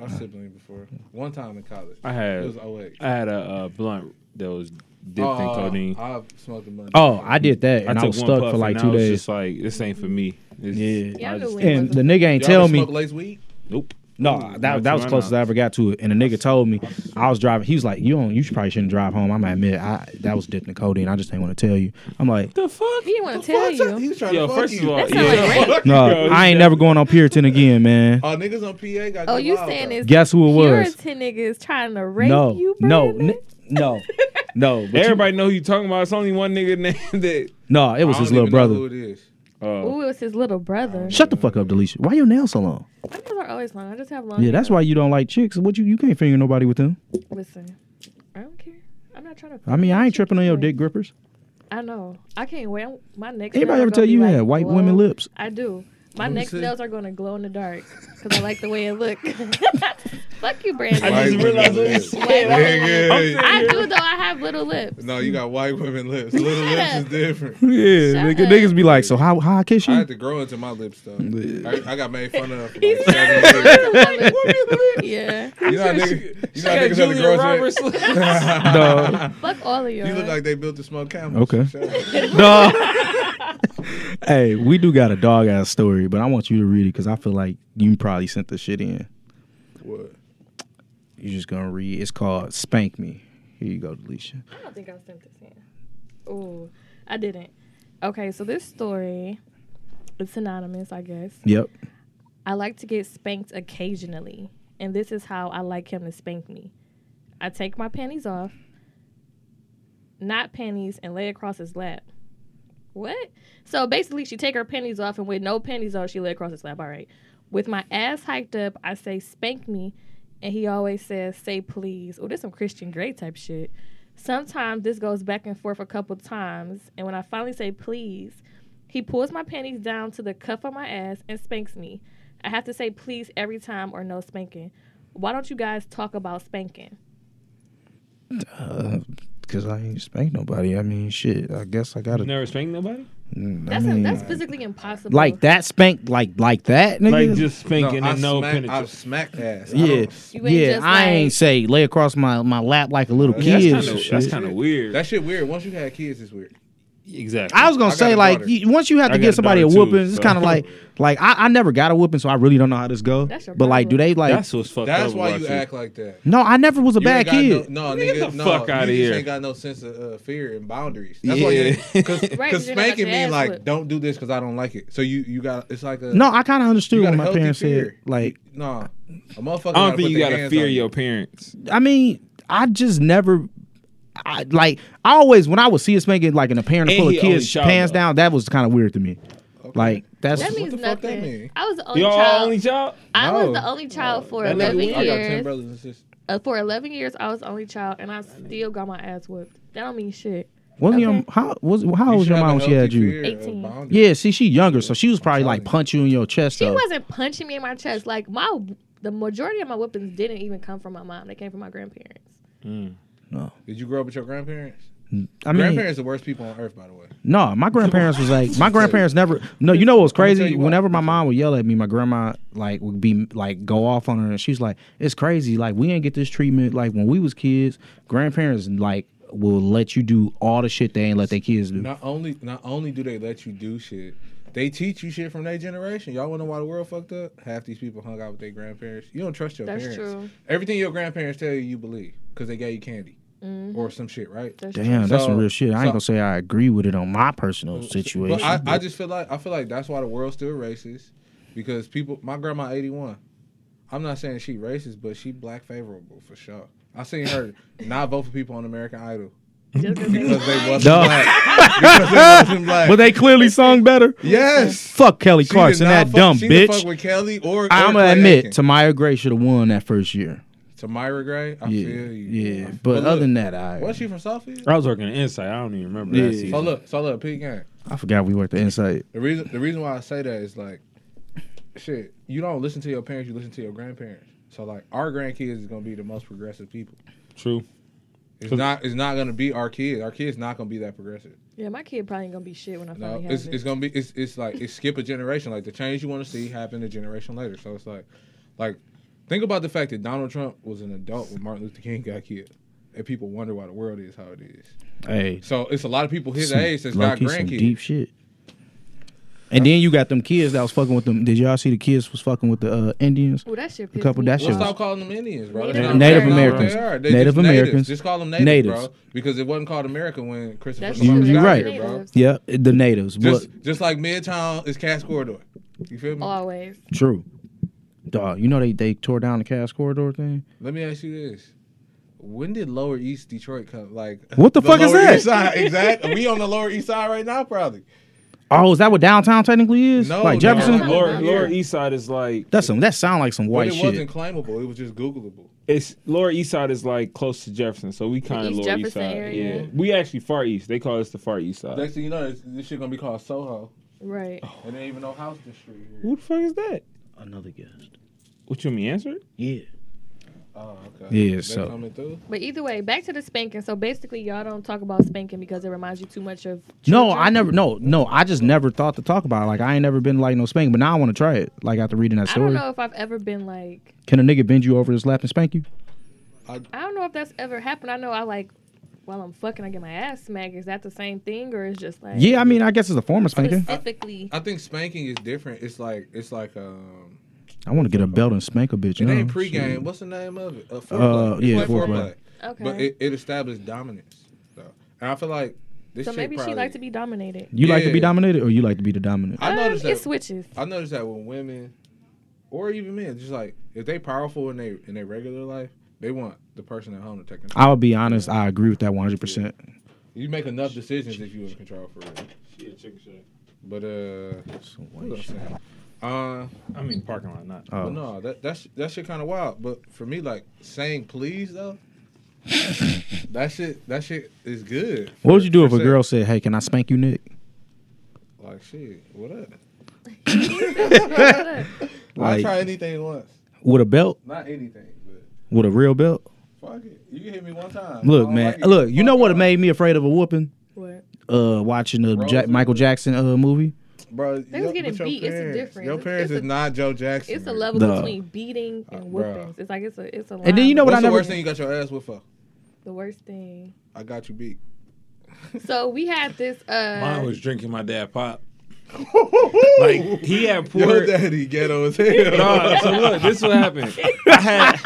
S5: I've sipped lean before. One time in college.
S6: I
S5: It was
S6: had
S5: 08.
S6: I had a uh, blunt that was dipped in
S5: Uh,
S6: codeine.
S5: I smoked a bunch.
S1: Oh, I did that, and I,
S6: took
S1: was
S6: one
S1: stuck
S6: puff
S1: for like
S6: and
S1: two
S6: I was
S1: days.
S6: Just like this ain't for me. It's-
S1: Yeah.
S4: Yeah,
S6: I
S4: I knew
S6: just-
S4: it wasn't
S1: And the nigga ain't tell me.
S5: Smoke lace weed?
S6: nope.
S1: No, that
S6: Not
S1: that
S6: to
S1: was
S6: my
S1: close as I
S6: knowledge.
S1: ever got to it. And the nigga told me I was driving. He was like, "You don't. You probably shouldn't drive home." I'm admit, I that was dipped in codeine. I just ain't want to tell you. I'm like,
S6: The fuck?
S4: He didn't want to tell
S5: He
S4: you.
S5: was trying
S6: Yo,
S5: to fuck
S6: first
S5: you.
S6: of all,
S4: That
S6: yeah.
S4: sounds like rape.
S1: no,
S6: Yo,
S1: I ain't
S6: yeah.
S1: never going on Puritan again, man.
S5: Oh, niggas on PA got
S4: Oh,
S5: good
S4: you
S5: wild,
S4: saying
S5: though.
S4: it's
S1: Guess who it was?
S4: Puritan niggas trying to rape
S1: No,
S4: you,
S1: no,
S4: Brandon?
S1: n- no, no. but you-
S6: Everybody know who you talking about. It's only one nigga named that.
S1: no, it was
S5: I don't
S1: his little
S5: even know
S1: brother.
S5: Who it is.
S6: Uh,
S4: Ooh, it was his little brother.
S1: Shut the fuck up, Delisha. Why your nails so long?
S4: My nails are always long. I just have long.
S1: Yeah, that's
S4: hair.
S1: why you don't like chicks. What you you can't finger nobody with them.
S4: Listen, I don't care. I'm not trying to.
S1: I mean, I ain't tripping on your dick grippers.
S4: I know. I can't wait. I'm- My next.
S1: Anybody
S4: nails
S1: ever
S4: are
S1: tell
S4: gonna
S1: you
S4: be,
S1: you
S4: like,
S1: had white
S4: glow.
S1: women lips?
S4: I do. My
S5: Let me
S4: next
S5: see.
S4: nails are gonna glow in the dark because I like the way it look. Fuck you, Brandon.
S6: I just
S5: White
S6: realized what
S5: women
S6: you
S5: lips.
S6: said.
S5: Nigga,
S4: I do though. I have little lips.
S5: No, you got white women lips. Little lips is different.
S1: Yeah,
S4: Shut nigga- up. niggas
S1: be like, so how how I kiss
S5: I had to grow into my lips though. I, I got made fun of. For like seven years.
S4: yeah.
S5: You know how niggas, you know how niggas had to grow into.
S1: No,
S4: Fuck all of yours.
S5: You look like they built the smoke camel.
S1: Okay. no. hey, we do got a dog ass story, but I want you to read it because I feel like you probably sent the shit in.
S5: What?
S1: You're just gonna read. It's called "Spank Me." Here you go, Delisha.
S4: I don't think I sent this in. Ooh, I didn't. Okay, so this story, it's anonymous, I guess.
S1: Yep.
S4: I like to get spanked occasionally, and this is how I like him to spank me. I take my panties off, not panties, and lay across his lap. What? So basically, she take her panties off, and with no panties on, she lay across his lap. All right. With my ass hiked up, I say spank me, and he always says say please. Oh, this some Christian Grey type shit. Sometimes this goes back and forth a couple times, and when I finally say please, he pulls my panties down to the cuff of my ass and spanks me. I have to say please every time or no spanking. Why don't you guys talk about spanking?
S1: Because I ain't spanked nobody. I mean, shit. I guess I gotta.
S6: Never spanked nobody.
S1: mm, I
S4: That's
S1: mean-
S4: that's physically impossible.
S1: like that spank, like like that, nigga.
S6: Like just
S5: No,
S6: spanking
S5: I
S6: and no
S5: smack, I
S6: penetration.
S5: smack ass. I
S1: yeah,
S5: don't-
S4: You ain't
S1: yeah.
S4: just
S1: I
S4: like-
S1: ain't say lay across my my lap like a little
S5: That's
S1: kid. and
S6: That's kind of
S1: shit.
S6: that's kind of weird.
S5: that shit weird. Once you had kids, it's weird.
S6: exactly.
S1: I was gonna
S5: I got
S1: say
S5: a
S1: like
S5: daughter.
S1: you, once you have
S6: I
S1: to
S6: got
S1: give
S6: a
S1: somebody a
S6: daughter, too,
S1: whooping, it's
S6: so-
S1: kind of like like I, I never got a whooping, so I really don't know how this goes.
S4: That's your
S1: But like, do
S4: problem.
S1: they like?
S6: that's what's fucked up.
S5: That's why
S6: about
S5: you act like that.
S1: no, I never was a
S5: You
S1: bad
S5: ain't got
S1: kid.
S5: No, no,
S6: Get
S5: nigga,
S6: the
S5: no,
S6: fuck outta
S5: you just
S6: here.
S5: ain't got no sense of uh, fear and boundaries. That's why
S6: Yeah.
S5: you because
S4: Right, 'cause
S5: because
S4: you're not
S5: spanking
S4: your
S5: mean
S4: ass
S5: like
S4: whipped.
S5: don't do this because I don't like it. So you you got it's like a
S1: No, I kind of understood
S5: you got
S1: what
S5: a
S1: my
S5: healthy
S1: parents said.
S5: fear.
S1: Like,
S5: no, a motherfucker.
S6: I
S5: gotta
S6: don't think
S5: put
S6: you
S5: their
S6: gotta
S5: hands
S6: fear
S5: on you.
S6: your parents.
S1: I mean, I just never. I, like I always when I would see a spanking like in a parent to
S6: And
S1: pull a
S6: he only
S1: kid's
S6: child,
S1: pants
S6: though.
S1: down, that was kind of weird to me. Like that's
S4: that means
S5: the fuck that
S4: nothing.
S5: mean?
S4: I was the only
S6: Y'all
S4: child.
S6: only child?
S4: I was
S5: No.
S4: the only child for
S5: That nigga-
S4: 11
S5: I got ten
S4: years.
S5: brothers and sisters.
S4: Uh, for 11 years, I was the only child, and I still got my ass whooped. That don't mean shit.
S1: Wasn't your how was how old was your mom when she had you?
S4: 18.
S1: Yeah, see, she younger, so she was probably like punch you in your chest.
S4: She
S1: though.
S4: wasn't punching me in my chest. Like my, the majority of my whippings didn't even come from my mom. They came from my grandparents.
S1: No,
S5: Did you grow up with your grandparents?
S1: I mean,
S5: grandparents are the worst people on earth, by the way.
S1: no. My grandparents was like, my grandparents never. No, you know what was
S5: Let me tell
S1: crazy?
S5: you what.
S1: Whenever my mom would yell at me, my grandma like would be like go off on her, and she's like, "It's crazy. Like we ain't get this treatment. Like when we was kids, grandparents like will let you do all the shit they ain't let their kids do.
S5: Not only not only do they let you do shit, they teach you shit from their generation. Y'all wanna know why the world fucked up? Half these people hung out with their grandparents. You don't trust your
S4: That's
S5: parents.
S4: true.
S5: Everything your grandparents tell you, you believe because they gave you candy or some shit, right?
S4: That's
S1: Damn, Mm-hmm. that's some
S5: So-
S1: real shit. I ain't
S5: so-
S1: gonna say I agree with it on my personal situation.
S5: But I, I
S1: but-
S5: just feel like I feel like that's why the world's still racist because people. My grandma eighty one. I'm not saying she racist, but she black favorable for sure. I seen her not vote for people on American Idol
S4: Just 'cause they-
S5: because they wasn't
S1: Duh.
S5: black. because they wasn't black.
S1: but they clearly sung better.
S5: yes.
S1: Fuck Kelly
S5: She did
S1: Clarkson,
S5: not
S1: that
S5: fuck-
S1: dumb
S5: she didn't
S1: bitch.
S5: Fuck with Kelly or,
S1: I'm gonna
S5: or Clay
S1: admit,
S5: Aiken.
S1: Tamaya Gray should have won that first year.
S5: to Myra Gray. I
S1: Yeah,
S5: feel you.
S1: yeah.
S5: I-
S1: But, other than
S5: look,
S1: that, I
S5: was she from Southfield?
S6: I was working inside. I don't even remember
S1: Yeah.
S6: that season.
S5: So look, so look, P gang.
S1: I forgot we worked the insight.
S5: The reason the reason why I say that is like, shit, you don't listen to your parents, you listen to your grandparents. So like, our grandkids is gonna be the most progressive people.
S6: True.
S5: It's not it's not gonna be our kids. Our kids not gonna be that progressive.
S4: yeah, my kid probably ain't gonna be shit when I
S5: No,
S4: finally have
S5: it's
S4: it.
S5: it's gonna be it's it's like it's skip a generation. Like the change you want to see happen a generation later. So it's like, like, think about the fact that Donald Trump was an adult when Martin Luther King got killed, and people wonder why the world is how it is.
S1: Hey,
S5: So it's a lot of people his
S1: some
S5: age that's got
S1: low-key some
S5: grandkids.
S1: deep shit. And then you got them kids that was fucking with them. Did y'all see the kids was fucking with the uh, Indians?
S4: Well, that shit.
S1: A couple- that
S4: pissed me
S5: Well,
S1: shit
S4: off.
S1: was-
S5: stop calling them Indians, bro.
S4: Native
S5: That's
S1: Native
S5: not what
S1: Americans.
S5: They are. They
S1: Native
S5: just natives.
S1: Americans.
S5: Just call them natives, bro.
S1: Natives.
S5: Because it wasn't called America when Christopher
S4: That's
S5: Columbus
S4: true.
S5: got
S1: You're right.
S5: here, bro.
S4: Natives.
S1: Yeah, the natives.
S5: Just,
S1: but
S5: just like Midtown is Cass Corridor. You feel me?
S4: Oh, Always.
S1: true. Dog, you know they, they tore down the Cass Corridor thing?
S5: Let me ask you this. When did Lower East Detroit come? Like
S1: What the fuck is
S5: Lower
S1: that?
S5: East Side, exactly. We on the Lower East Side right now, probably.
S1: Oh, is that what downtown technically is?
S5: No,
S1: like
S5: no,
S1: Jefferson?
S4: no.
S6: Lower, lower
S5: Yeah.
S6: East Side is like
S1: That's some that sound like some
S5: But
S1: white
S5: it
S1: shit.
S5: wasn't claimable. It was just Googleable.
S6: it's Lower East Side is like close to Jefferson, so we kind of
S4: East
S6: Lower East
S4: Jefferson
S6: Side.
S4: area.
S6: Yeah, we actually far east. They call us the far east side.
S5: Next thing you know, this, this shit gonna be called Soho.
S4: Right.
S5: And they even know House Street. here.
S6: Who the fuck is that?
S1: Another guest.
S6: What you mean answer? it?
S1: Yeah.
S5: Oh, okay.
S1: Yeah,
S5: They
S1: so-
S5: coming through.
S4: But either way, back to the spanking. So basically, y'all don't talk about spanking because it reminds you too much of.
S1: No,
S4: children?
S1: I never. No, no, I just never thought to talk about. It. Like I ain't never been like no spanking, but now I want to try it. Like after reading that
S4: I don't
S1: story,
S4: know if I've ever been like.
S1: can a nigga bend you over his lap and spank you?
S4: I don't know if that's ever happened. I know I like. While I'm fucking, I get my ass smacked. Is that the same thing, or is just like?
S1: Yeah, I mean, I guess it's a form of spanking.
S4: Specifically,
S5: I think spanking is different. It's like it's like um
S1: I want to get a belt and spank a bitch.
S5: It
S1: you
S5: ain't
S1: know?
S5: pregame.
S1: Shit.
S5: What's the name of it? Uh,
S1: Uh, yeah,
S5: It's like
S1: foreplay.
S4: okay.
S5: But it, it established dominance. So. And I feel like this
S4: so
S5: shit
S4: maybe
S5: probably,
S4: she like to be dominated.
S1: You like to be
S5: Yeah.
S1: dominated, or you like to be the dominant?
S5: I
S4: Um,
S5: noticed
S4: it
S5: that.
S4: switches.
S5: I noticed that with women, or even men, just like if they powerful in they in their regular life, they want the person at home to take control.
S1: I would be honest. I agree with that one hundred percent.
S5: You make enough decisions if you in control for real.
S6: Yeah, chicken shit.
S5: But uh, what was I saying? Uh,
S6: I mean parking lot, not.
S5: but
S1: Oh,
S5: no, that that's that shit kind of wild. But for me, like saying please though, that shit that shit is good.
S1: what would you do if a
S5: Percent.
S1: girl said, "Hey, can I spank you, Nick?"
S5: Like shit, what up? I
S1: Like
S5: try anything once.
S1: with a belt,
S5: Not anything, but
S1: with a real belt.
S5: fuck it. You can hit me one time. If Oh, I
S1: Look,
S5: don't
S1: man.
S5: like it,
S1: Look, you know
S5: fuck
S1: what
S5: off.
S1: made me afraid of a whooping?
S4: What?
S1: Uh, watching the
S5: Rose
S1: Jack,
S5: and-
S1: Michael Jackson uh movie.
S5: bro?
S4: They was getting beat. It's a difference.
S5: Your
S4: It's-
S5: parents
S4: it's
S5: is
S4: a-
S5: not Joe Jackson.
S4: It's a
S5: man.
S4: level
S1: Duh.
S4: between beating
S5: Uh,
S4: and
S5: bruh.
S4: whippings. It's like it's a it's a.
S1: then
S4: line
S1: you know what
S5: What's
S1: I
S5: the
S1: never-
S5: worst thing you got your ass with? For
S4: The worst thing.
S5: I got you beat.
S4: So we had this.
S6: Mine
S4: uh
S6: was drinking my dad pop. like he had
S5: Your
S6: poured.
S5: daddy ghetto as hell.
S6: Nah, so look, this what happened. I had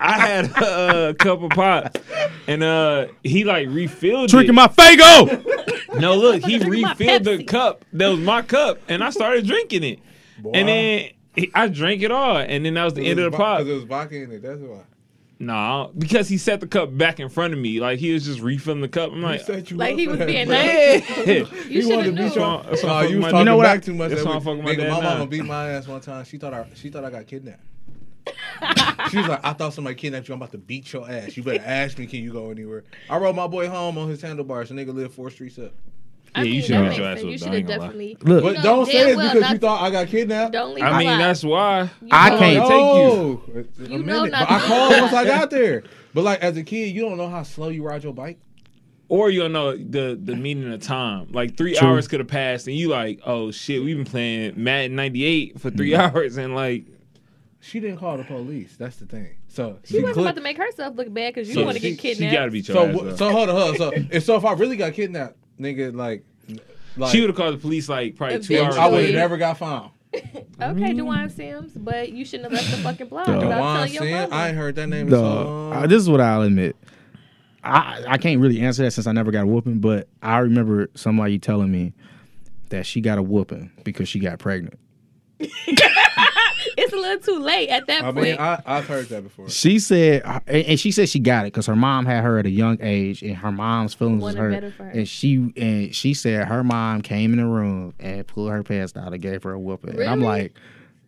S6: I had uh, a cup of pop, and uh, he like refilled it.
S1: Drinking my Fago.
S6: No, look, he
S4: Drinking my
S6: refilled the
S4: Pepsi.
S6: cup. That was my cup, and I started drinking it.
S5: Boy,
S6: And then he- I drank it all, and then that was the end of the pop.
S5: because it was vodka in it. That's why.
S6: Nah, because he set the cup back in front of me, like he was just refilling the cup. I'm
S5: He
S6: like,
S5: set you
S4: Like
S5: up
S4: he
S5: for
S4: was
S5: that,
S4: being
S5: bro.
S4: nice.
S6: yeah.
S4: you
S5: He wanted
S4: should
S5: to
S4: have
S5: beat
S6: That's
S4: known.
S5: your.
S6: why
S5: Nah,
S6: I'm
S5: you was
S6: fucking
S5: talking
S6: my
S1: know what
S5: back
S1: I-
S5: too much.
S6: That's
S5: That
S6: why I'm
S5: week.
S6: fucking my
S5: Nigga,
S6: dad
S5: my
S6: now.
S5: mama beat my ass one time. She thought I she thought I got kidnapped. She was like, I thought somebody kidnapped you. I'm about to beat your ass. You better ask me, can you go anywhere? I rode my boy home on his handlebars. The nigga lived four streets up.
S4: I
S6: Yeah, you
S4: mean,
S6: should
S4: that
S6: have
S4: makes
S6: your ass
S4: sense. You
S6: whooped. I
S4: should have
S6: ain't gonna lie.
S4: definitely.
S1: Look,
S4: you
S5: But
S4: know
S5: don't
S4: damn
S5: say it
S4: well
S5: because
S4: not-
S5: you thought I got kidnapped.
S4: Don't leave.
S6: I mean,
S4: alive.
S6: that's why.
S4: You
S1: I
S4: know-
S1: can't-
S5: no. Oh, A
S4: You know
S5: minute.
S4: not
S5: But I
S4: to-
S5: called once I got there. But like as a kid, you don't know how slow you ride your bike.
S6: Or you don't know the the meaning of time. Like three
S1: True.
S6: hours could have passed, and you like, oh shit, we've been playing Madden '98 for
S5: Mm.
S6: 3 hours, and like,
S5: She didn't call the police. That's the thing. So
S4: She wasn't
S5: clicked-
S4: about to make herself look bad because you
S6: so
S4: want to
S6: she,
S4: get kidnapped.
S6: She gotta beat your
S5: So
S6: ass.
S5: wh-
S6: up.
S5: so hold on, hold on. So if so if I really got kidnapped, nigga, like, like
S6: she would have called the police like probably two
S4: Eventually.
S6: hours.
S5: I would have
S6: later.
S5: never got found.
S4: Okay, Dewan Sims, but you shouldn't have left the fucking block.
S1: Dawg.
S4: Without
S5: Dewan
S4: telling your
S5: Sin,
S4: mother.
S5: I ain't heard that name in so
S1: Dog,
S5: long.
S1: I- this is what I'll admit. I I can't really answer that since I never got a whooping, but I remember somebody telling me that she got a whooping because she got pregnant.
S4: it's a little too late at that
S5: I
S4: point.
S5: mean, I, I've heard that before.
S1: She said, uh, and and she said she got it because her mom had her at a young age, and her mom's feelings was
S4: Wanted
S1: hurt.
S4: better for her.
S1: And she and she said her mom came in the room and pulled her pants down and gave her a whooping. And I'm
S4: Really?
S1: like,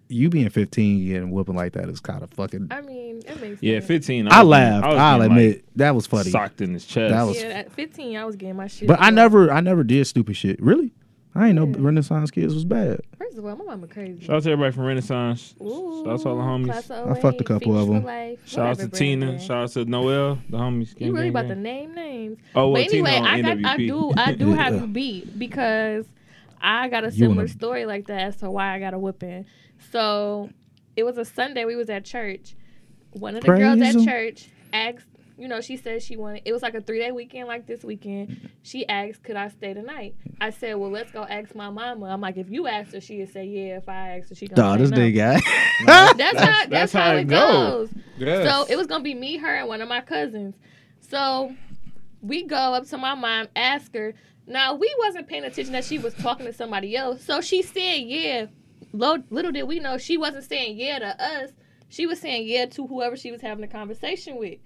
S1: you being 15 getting whooping like that is kind of fucking.
S4: I mean, it makes
S6: Yeah,
S4: sense.
S6: 15.
S1: I
S6: was being-
S1: laughed.
S6: I was
S1: I'll
S6: being,
S1: admit
S6: like,
S1: that was funny.
S6: socked in his chest.
S1: That was-
S4: yeah, at 15, I was getting my shit.
S1: But I
S4: together.
S1: never, I never did stupid shit. Really, I ain't know Renaissance kids was bad.
S4: First of all, my mama crazy.
S6: Shout out to everybody from Renaissance. Shout out to all the homies.
S1: I fucked a couple of them.
S6: Shout out to Tina. Shout out to Noel. The homies. Gang,
S4: you
S6: gang,
S4: really about
S6: gang.
S4: to name names.
S6: Oh, well,
S4: but anyway,
S6: Tina on
S4: I got, I
S6: NWP.
S4: do, I do have
S1: Yeah.
S4: you beat because I got a
S1: You
S4: similar
S1: wanna-
S4: story like that as to why I got a whipping. So it was a Sunday. We was at church. One of the girls
S1: Praise
S4: at
S1: 'em.
S4: church asked, you know, she said she wanted. It was like a three day weekend, like this weekend. She asked, could I stay tonight? I said, well, let's go ask my mama. I'm like, if you asked her, she'd say yeah. If I asked her, she gonna
S1: Dog, this
S4: say no.
S1: nigga.
S4: That's, how, that's,
S6: that's
S4: how,
S6: how
S4: it
S6: it go.
S4: goes.
S5: Yes.
S4: So it was gonna be me, her, and one of my cousins. So we go up to my mom, ask her. Now we wasn't paying attention that she was talking to somebody else. So she said, "Yeah." Lo- little did we know she wasn't saying yeah to us. She was saying yeah to whoever she was having a conversation with.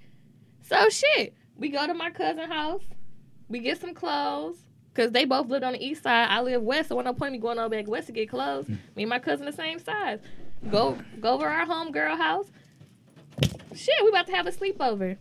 S4: So shit, we go to my cousin's house. We get some clothes. Cause they both lived on the east side. I live west, so when no point in me going all back west to get clothes.
S1: Mm.
S4: Me and my cousin the same size. Go go over our home girl house. Shit, we about to have a sleepover.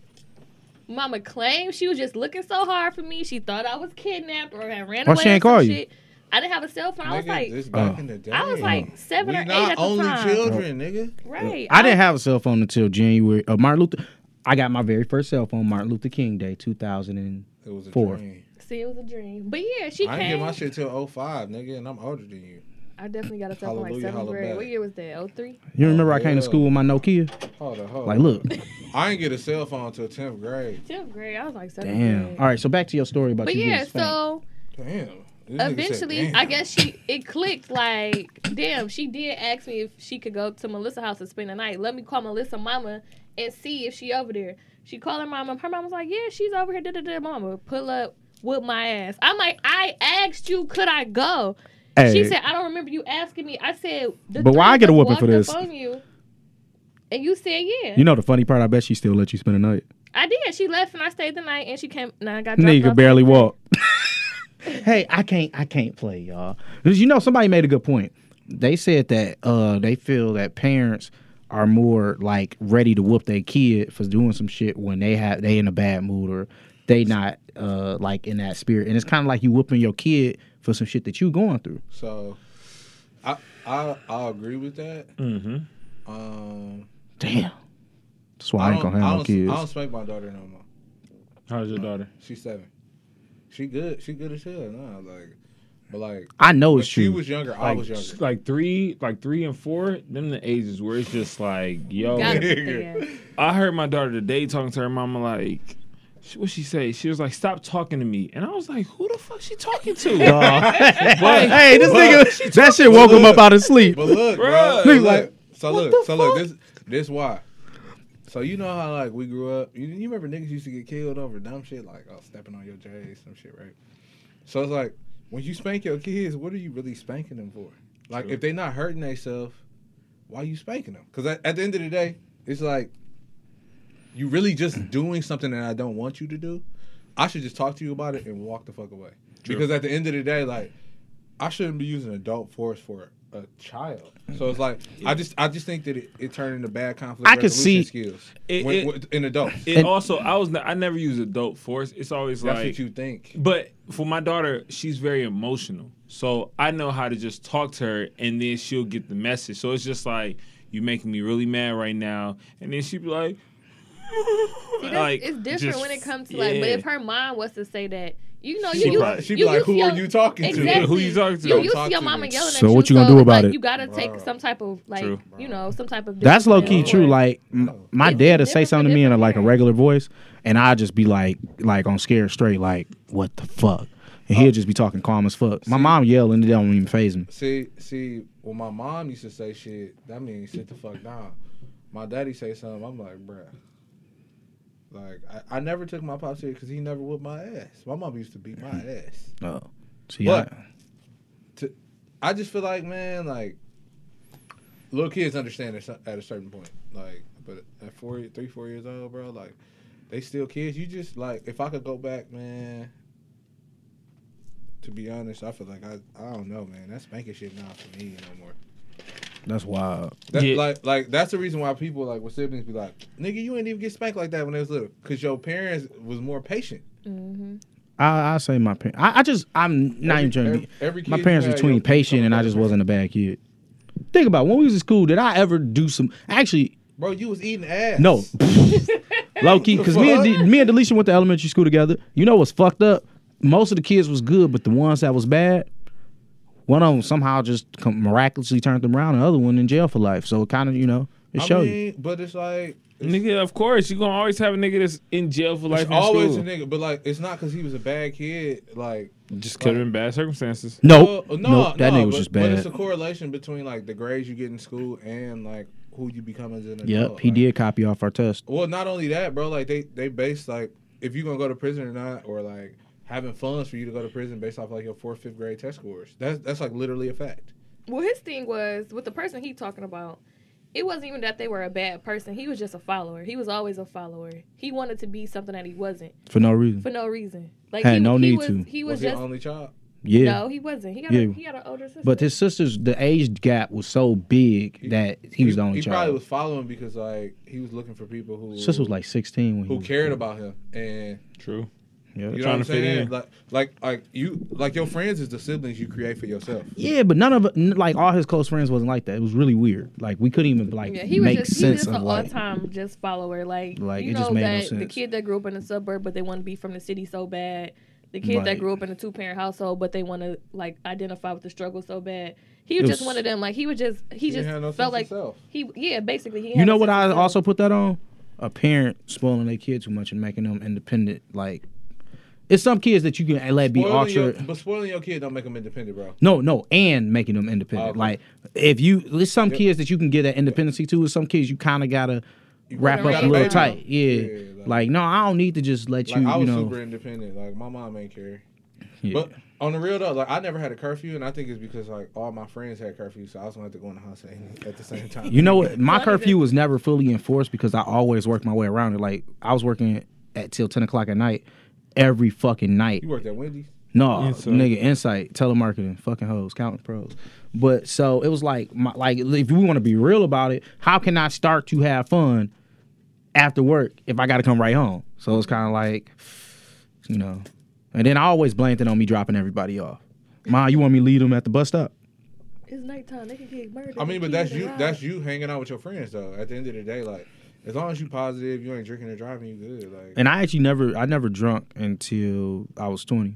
S4: Mama claimed she was just looking so hard for me. She thought I was kidnapped or had ran
S1: Why
S4: away.
S1: she ain't
S4: or some
S1: call you?
S4: Shit. I didn't have a cell phone. I was
S5: Nigga,
S4: like, uh,
S5: this back
S1: Oh.
S5: in the day.
S4: I was like seven
S5: we
S4: or eight
S5: not
S4: at the
S5: only
S4: time.
S5: children, nigga.
S4: Right.
S1: I didn't have a cell phone until January. Uh, Martin Luther. I got my very first cell phone, Martin Luther King Day, 2000. And
S5: It was a
S1: Four.
S5: dream.
S4: See, it was a dream. But yeah,
S5: I
S4: she
S5: didn't get
S4: came.
S5: my shit till 05, nigga, and I'm older than you.
S4: I definitely got a cell phone like
S5: Hallelujah,
S4: seventh
S5: holla
S4: grade.
S5: back.
S4: What year was that? Oh three.
S1: you remember I came to
S5: yeah.
S1: school with my Nokia?
S5: Hold on, hold
S1: Like,
S5: on.
S1: look,
S5: I didn't get a cell phone till 10th grade.
S4: Tenth grade. I was like seventh
S1: damn.
S4: grade.
S1: All right, so back to your story about
S4: But
S1: you.
S4: yeah,
S1: getting spanked.
S4: so
S5: Damn. This nigga said,
S4: eventually,
S5: damn.
S4: I guess she it clicked. Like, damn, she did ask me if she could go to Melissa's house and spend the night. Let me call Melissa mama and see if she over there. She called her mama. Her mom was like, "Yeah, she's over here." Da da da. Mama, pull up with my ass. I'm like, I asked you, could I go? She
S1: Hey,
S4: said, "I don't remember you asking me." I said, the
S1: But why
S4: three
S1: I
S4: of
S1: get a
S4: us
S1: whooping for
S4: walked up
S1: this?
S4: On you, and you said, "Yeah."
S1: you know the funny part? I bet she still let you spend the night.
S4: I did. She left and I stayed the night, and she came. Now I got dropped
S1: Nigga
S4: off.
S1: could barely walk. hey, I can't I can't play, y'all. 'Cause you know, somebody made a good point. They said that uh they feel that parents are more like ready to whoop their kid for doing some shit when they have they in a bad mood or they not uh like in that spirit. And it's kinda like you whooping your kid for some shit that you going through.
S5: So, I I I agree with that.
S1: Mm.
S6: Mm-hmm.
S5: Um,
S1: Damn. That's why I, ain't
S5: don't-
S1: gonna have no
S5: don't,
S1: kids.
S5: I don't spank my daughter no more.
S6: How's your daughter?
S5: She's seven. She good. She good as hell. Nah, like, but like,
S1: I know
S5: when
S1: it's true.
S5: she was younger, I
S6: Like,
S5: was younger.
S6: like three, like three and four. Them the ages where it's just like, yo,
S4: Gotta beat their ass.
S6: I heard my daughter today talking to her mama like, she, what she say? She was like, "Stop talking to me," and I was like, "Who the fuck she talking to?"
S1: Dog.
S6: Like,
S1: hey, this nigga that shit woke him up out of sleep.
S5: But look, bro.
S6: Bruh.
S5: look,
S1: Nigga like,
S5: so
S1: what
S5: look,
S1: the
S5: so look,
S1: fuck?
S5: this this why. So you know how like we grew up. You, you remember niggas used to get killed over dumb shit like oh stepping on your J's, some shit, right? So it's like when you spank your kids, what are you really spanking them for? Like
S6: True.
S5: if they not hurting themselves, why you spanking them? Because at, at the end of the day, it's like you really just doing something that I don't want you to do. I should just talk to you about it and walk the fuck away. Because at the end of the day, like I shouldn't be using adult force for a child. So it's like I just I just think that it, it turned into bad conflict
S1: I could see-
S5: resolution skills
S6: It-
S5: when-
S6: it-
S5: when- in adults.
S6: It
S1: And-
S6: also, I was not, I never use adult force. It's always
S5: That's
S6: like
S5: what you think.
S6: But for my daughter, she's very emotional. So I know how to just talk to her and then she'll get the message. So it's just like, you making me really mad right now. And then she'd be like,
S4: See, that's,
S6: like
S4: it's different
S6: just-
S4: when it comes to like. But
S6: yeah.
S4: if her mom was to say that, you know,
S6: She
S4: you, you
S6: probably-
S5: she'd be
S4: you
S5: like,
S4: used to
S5: "Who are
S4: your-
S5: you talking to?"
S4: exactly.
S6: Who you talking to?
S4: You
S6: Don't
S4: used
S5: talk
S4: to your
S5: to
S4: mama
S5: me.
S4: yelling at
S1: So
S4: you.
S1: what you gonna
S4: so
S1: do
S4: it's
S1: about
S4: like,
S1: it?
S4: You gotta take
S5: Bruh.
S4: some type of like,
S6: True.
S4: you know, some type of.
S1: That's low
S4: discipline
S1: key
S4: for
S1: true.
S4: it.
S1: Like m- my
S4: It's
S1: dad will say
S4: different for
S1: something to me in a,
S4: different
S1: like a
S4: parents.
S1: regular voice, and I just be like, like on scared straight, like what the fuck, and he'll just be talking calm as fuck. My mom yell and it don't even phase me.
S5: See, see, when my mom used to say shit, that means sit the fuck down. My daddy say something, I'm like, bruh. Like I, I never took my pop serious because he never whipped my ass. My mom used to beat my ass.
S1: Oh, see,
S5: But-
S1: I-
S5: I just feel like, man, like little kids understand at some- at a certain point, like, but at four, three, four years old, bro, like they still kids. You just like, if I could go back, man. To be honest, I feel like I, I don't know, man. That spanking shit not for me no more.
S1: that's wild.
S5: That,
S6: Yeah.
S5: Like, like that's the reason why people like with siblings be like, nigga, you ain't even get spanked like that when they was little, cause your parents was more patient.
S1: I I say my parents. I, I just I'm not
S5: Every-
S1: even trying to be.
S5: every- every
S1: my
S5: kid
S1: parents
S5: you
S1: were
S5: had,
S1: between
S5: your-
S1: patient, and I just wasn't a bad kid. Think about it, when we was in school. Did I ever do some? Actually,
S5: Bro, you was eating ass.
S1: No. Low key, because me and De- me and Delisha went to elementary school together. You know what's fucked up? Most of the kids was good, but the ones that was bad, one of them somehow just com- miraculously turned them around, and the other one in jail for life. So it kind of, you know, it
S5: I
S1: show you.
S5: mean, but it's like
S6: nigga, of course, you're going to always have a nigga that's in jail for life.
S5: it's
S6: in
S5: always
S6: school.
S5: a nigga, but like it's not cause he was a bad kid. Like
S6: Just could have been bad circumstances.
S1: Nope,
S5: Well,
S1: nope, that
S5: no,
S1: nigga was
S5: uh, but-
S1: just
S5: But
S1: bad.
S5: it's a correlation between like the grades you get in school and like who you become as an adult.
S1: Yep, he
S5: like-
S1: did copy off our test.
S5: Well, not only that, bro. Like they they base like if you gonna go to prison or not, or like having funds for you to go to prison based off like your fourth, fifth grade test scores. That's that's like literally a fact.
S4: Well, his thing was with the person he talking about. It wasn't even that they were a bad person. He was just a follower. He was always a follower. He wanted to be something that he wasn't
S1: For no reason.
S4: for no reason. Like
S1: Had
S4: he,
S1: no
S4: he
S1: need
S4: was,
S1: to.
S4: He
S5: Was,
S4: was,
S5: he your
S4: just
S5: only child?
S1: yeah.
S4: no. He wasn't. He got
S1: Yeah.
S4: a, he had an older sister.
S1: But his sister's the age gap was so big that he was the only
S5: He probably
S1: child.
S5: was following because like he was looking for people who
S1: Sister was like sixteen when he
S5: who
S1: was-
S5: cared about him and
S6: True.
S1: Yeah,
S5: you know
S6: Trying
S5: what I'm
S6: to fit
S5: saying.
S6: in.
S5: Like like like you like your friends is the siblings you create for yourself.
S1: Yeah, but none of n- like all his close friends wasn't like that. It was really weird. Like we couldn't even like
S4: yeah, he was
S1: make
S4: just he
S1: sense
S4: was just
S1: of
S4: an
S1: like.
S4: all-time just follower. Like,
S1: Like,
S4: you
S1: it
S4: know
S1: just made no
S4: that the
S1: sense.
S4: kid that grew up in the suburb but they want to be from the city so bad. The kid
S1: Right.
S4: that grew up in a two-parent household but they want to like identify with the struggle so bad. He was,
S1: It
S4: just
S1: was-
S4: one of them. Like he was just he
S5: didn't
S4: just
S5: have no sense
S4: felt like
S5: himself.
S4: he yeah basically he.
S1: You
S4: had
S1: know
S4: no
S1: what
S4: sense
S1: I
S4: himself.
S1: also put that on? A parent spoiling their kid too much and making them independent. Like it's some kids that you can let be
S5: Spoiling your,
S1: ultra.
S5: but spoiling your kid don't make them independent, bro.
S1: No, no, and making them independent.
S5: Okay.
S1: Like if you, there's some kids that you can get that independency to. and Some kids you kind of gotta wrap
S4: gotta
S1: up a
S4: wrap
S1: little
S4: it
S1: tight.
S4: up.
S1: Yeah.
S5: Yeah,
S1: like,
S5: like-
S1: no, I don't need to just let
S5: Like
S1: you.
S5: I
S1: you
S5: was
S1: know,
S5: super independent. Like my mom ain't care.
S1: yeah.
S5: But on the real though, like I never had a curfew, and I think it's because like all my friends had curfews, so I was gonna have to go in the house at- at the same time.
S1: You know what? My
S4: Funny that-
S1: curfew was never fully enforced because I always worked my way around it. Like I was working at till ten o'clock at night every fucking night.
S5: you worked at Wendy's.
S1: No,
S6: Insight.
S1: nigga, insight, telemarketing, fucking hoes, counting pros. But so it was like, my, like if we want to be real about it, how can I start to have fun after work if I got to come right home? So it's kind of like, you know, and then I always blamed it on me dropping everybody off. Ma, you want me to leave them at the bus stop?
S4: It's nighttime. They can get murdered.
S5: I mean,
S4: They
S5: but that's
S4: killed
S5: you.
S4: and
S5: That's
S4: robbed.
S5: you hanging out with your friends though. At the end of the day, like as long as you positive, you ain't drinking and driving, you good. Like
S1: And I actually never, I never drunk until I was twenty.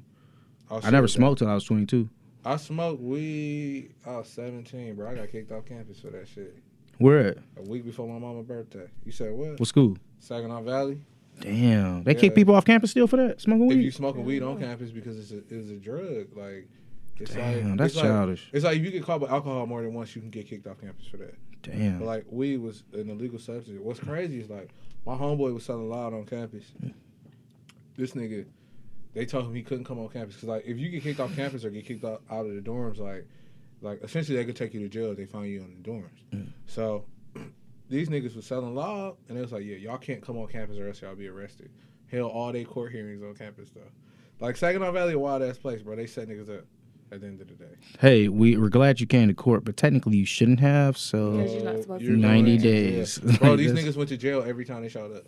S5: was
S1: I never
S5: serious.
S1: smoked till I was twenty two.
S5: I smoked weed. I was seventeen, bro. I got kicked off campus for that shit
S1: Where at?
S5: a week before my mama's birthday. You said what?
S1: What school?
S5: Saginaw Valley.
S1: Damn, they kick
S5: Yeah.
S1: people off campus still for that smoking
S5: If you
S1: weed.
S5: smoking weed on campus because it's a, it's a drug, like it's
S1: Damn,
S5: like
S1: that's
S5: it's like-
S1: childish.
S5: it's like if you get caught by alcohol more than once, you can get kicked off campus for that. But
S1: Damn,
S5: like weed was an illegal substance. What's crazy is like my homeboy was selling loud on campus. This nigga, they told him he couldn't come on campus because like if you get kicked off campus or get kicked out, out of the dorms, like like essentially they could take you to jail if they find you in the dorms. So these niggas was selling loud and it was like, yeah, y'all can't come on campus or else y'all be arrested. Hell, all day court hearings on campus though. Like Saginaw Valley, a wild ass place, bro. They set niggas up. at the end of the day.
S1: Hey, we, we're glad you came to court, but technically you shouldn't have. So
S4: Because you're not supposed to.
S5: Uh, you're
S1: 90
S5: going to jail.
S1: days.
S5: Bro,
S1: Like
S5: these
S1: this.
S5: niggas went to jail every time they showed up.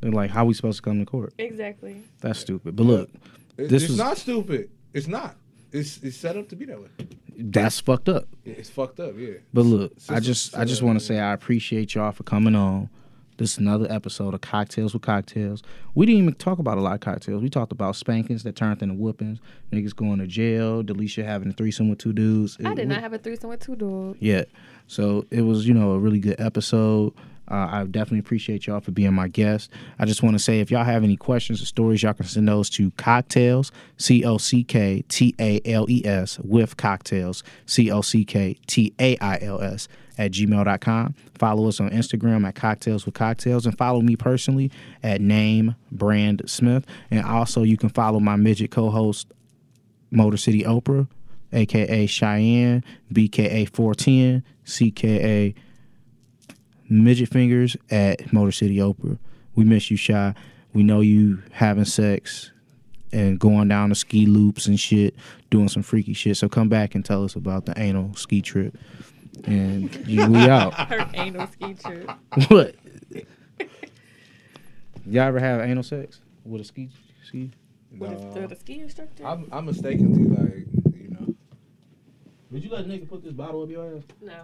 S1: they're like, how we supposed to come to court?
S4: Exactly.
S1: That's stupid. But look,
S5: It-
S1: This
S5: it's
S1: was-
S5: not stupid. It's not. It's it's set up to be that way.
S1: that's fucked up.
S5: Yeah, It's fucked up. Yeah.
S1: But look, I
S5: Sister-
S1: just I just want to say I appreciate y'all for coming on. This is another episode of Cocktails with Cocktails. We didn't even talk about a lot of cocktails. We talked about spankings that turned into whoopings, niggas going to jail, Delisha having a threesome with two dudes.
S4: I
S1: It-
S4: did not have a threesome with two dogs.
S1: Yeah. So it was, you know, a really good episode. Uh, I definitely appreciate y'all for being my guest. I just want to say if y'all have any questions or stories, y'all can send those to cocktails, C O C K T A L E S, with cocktails, C O C K T A I L S, at gmail.com. Follow us on Instagram at cocktails with cocktails and follow me personally at name brand smith. And also, you can follow my midget co host, Motor City Oprah, aka Cheyenne, BKA 410, CKA Midget Fingers at Motor City Oprah. We miss you, Shy. We know you having sex and going down the ski loops and shit, doing some freaky shit. So come back and tell us about the anal ski trip. And you- we out.
S4: Her anal ski trip.
S1: what? Y'all ever have anal sex with a ski ski?
S4: With a-
S5: Nah.
S4: with a ski instructor?
S5: I'm I'm mistakenly like you know.
S1: Did you let nigga put this bottle up your ass?
S4: no.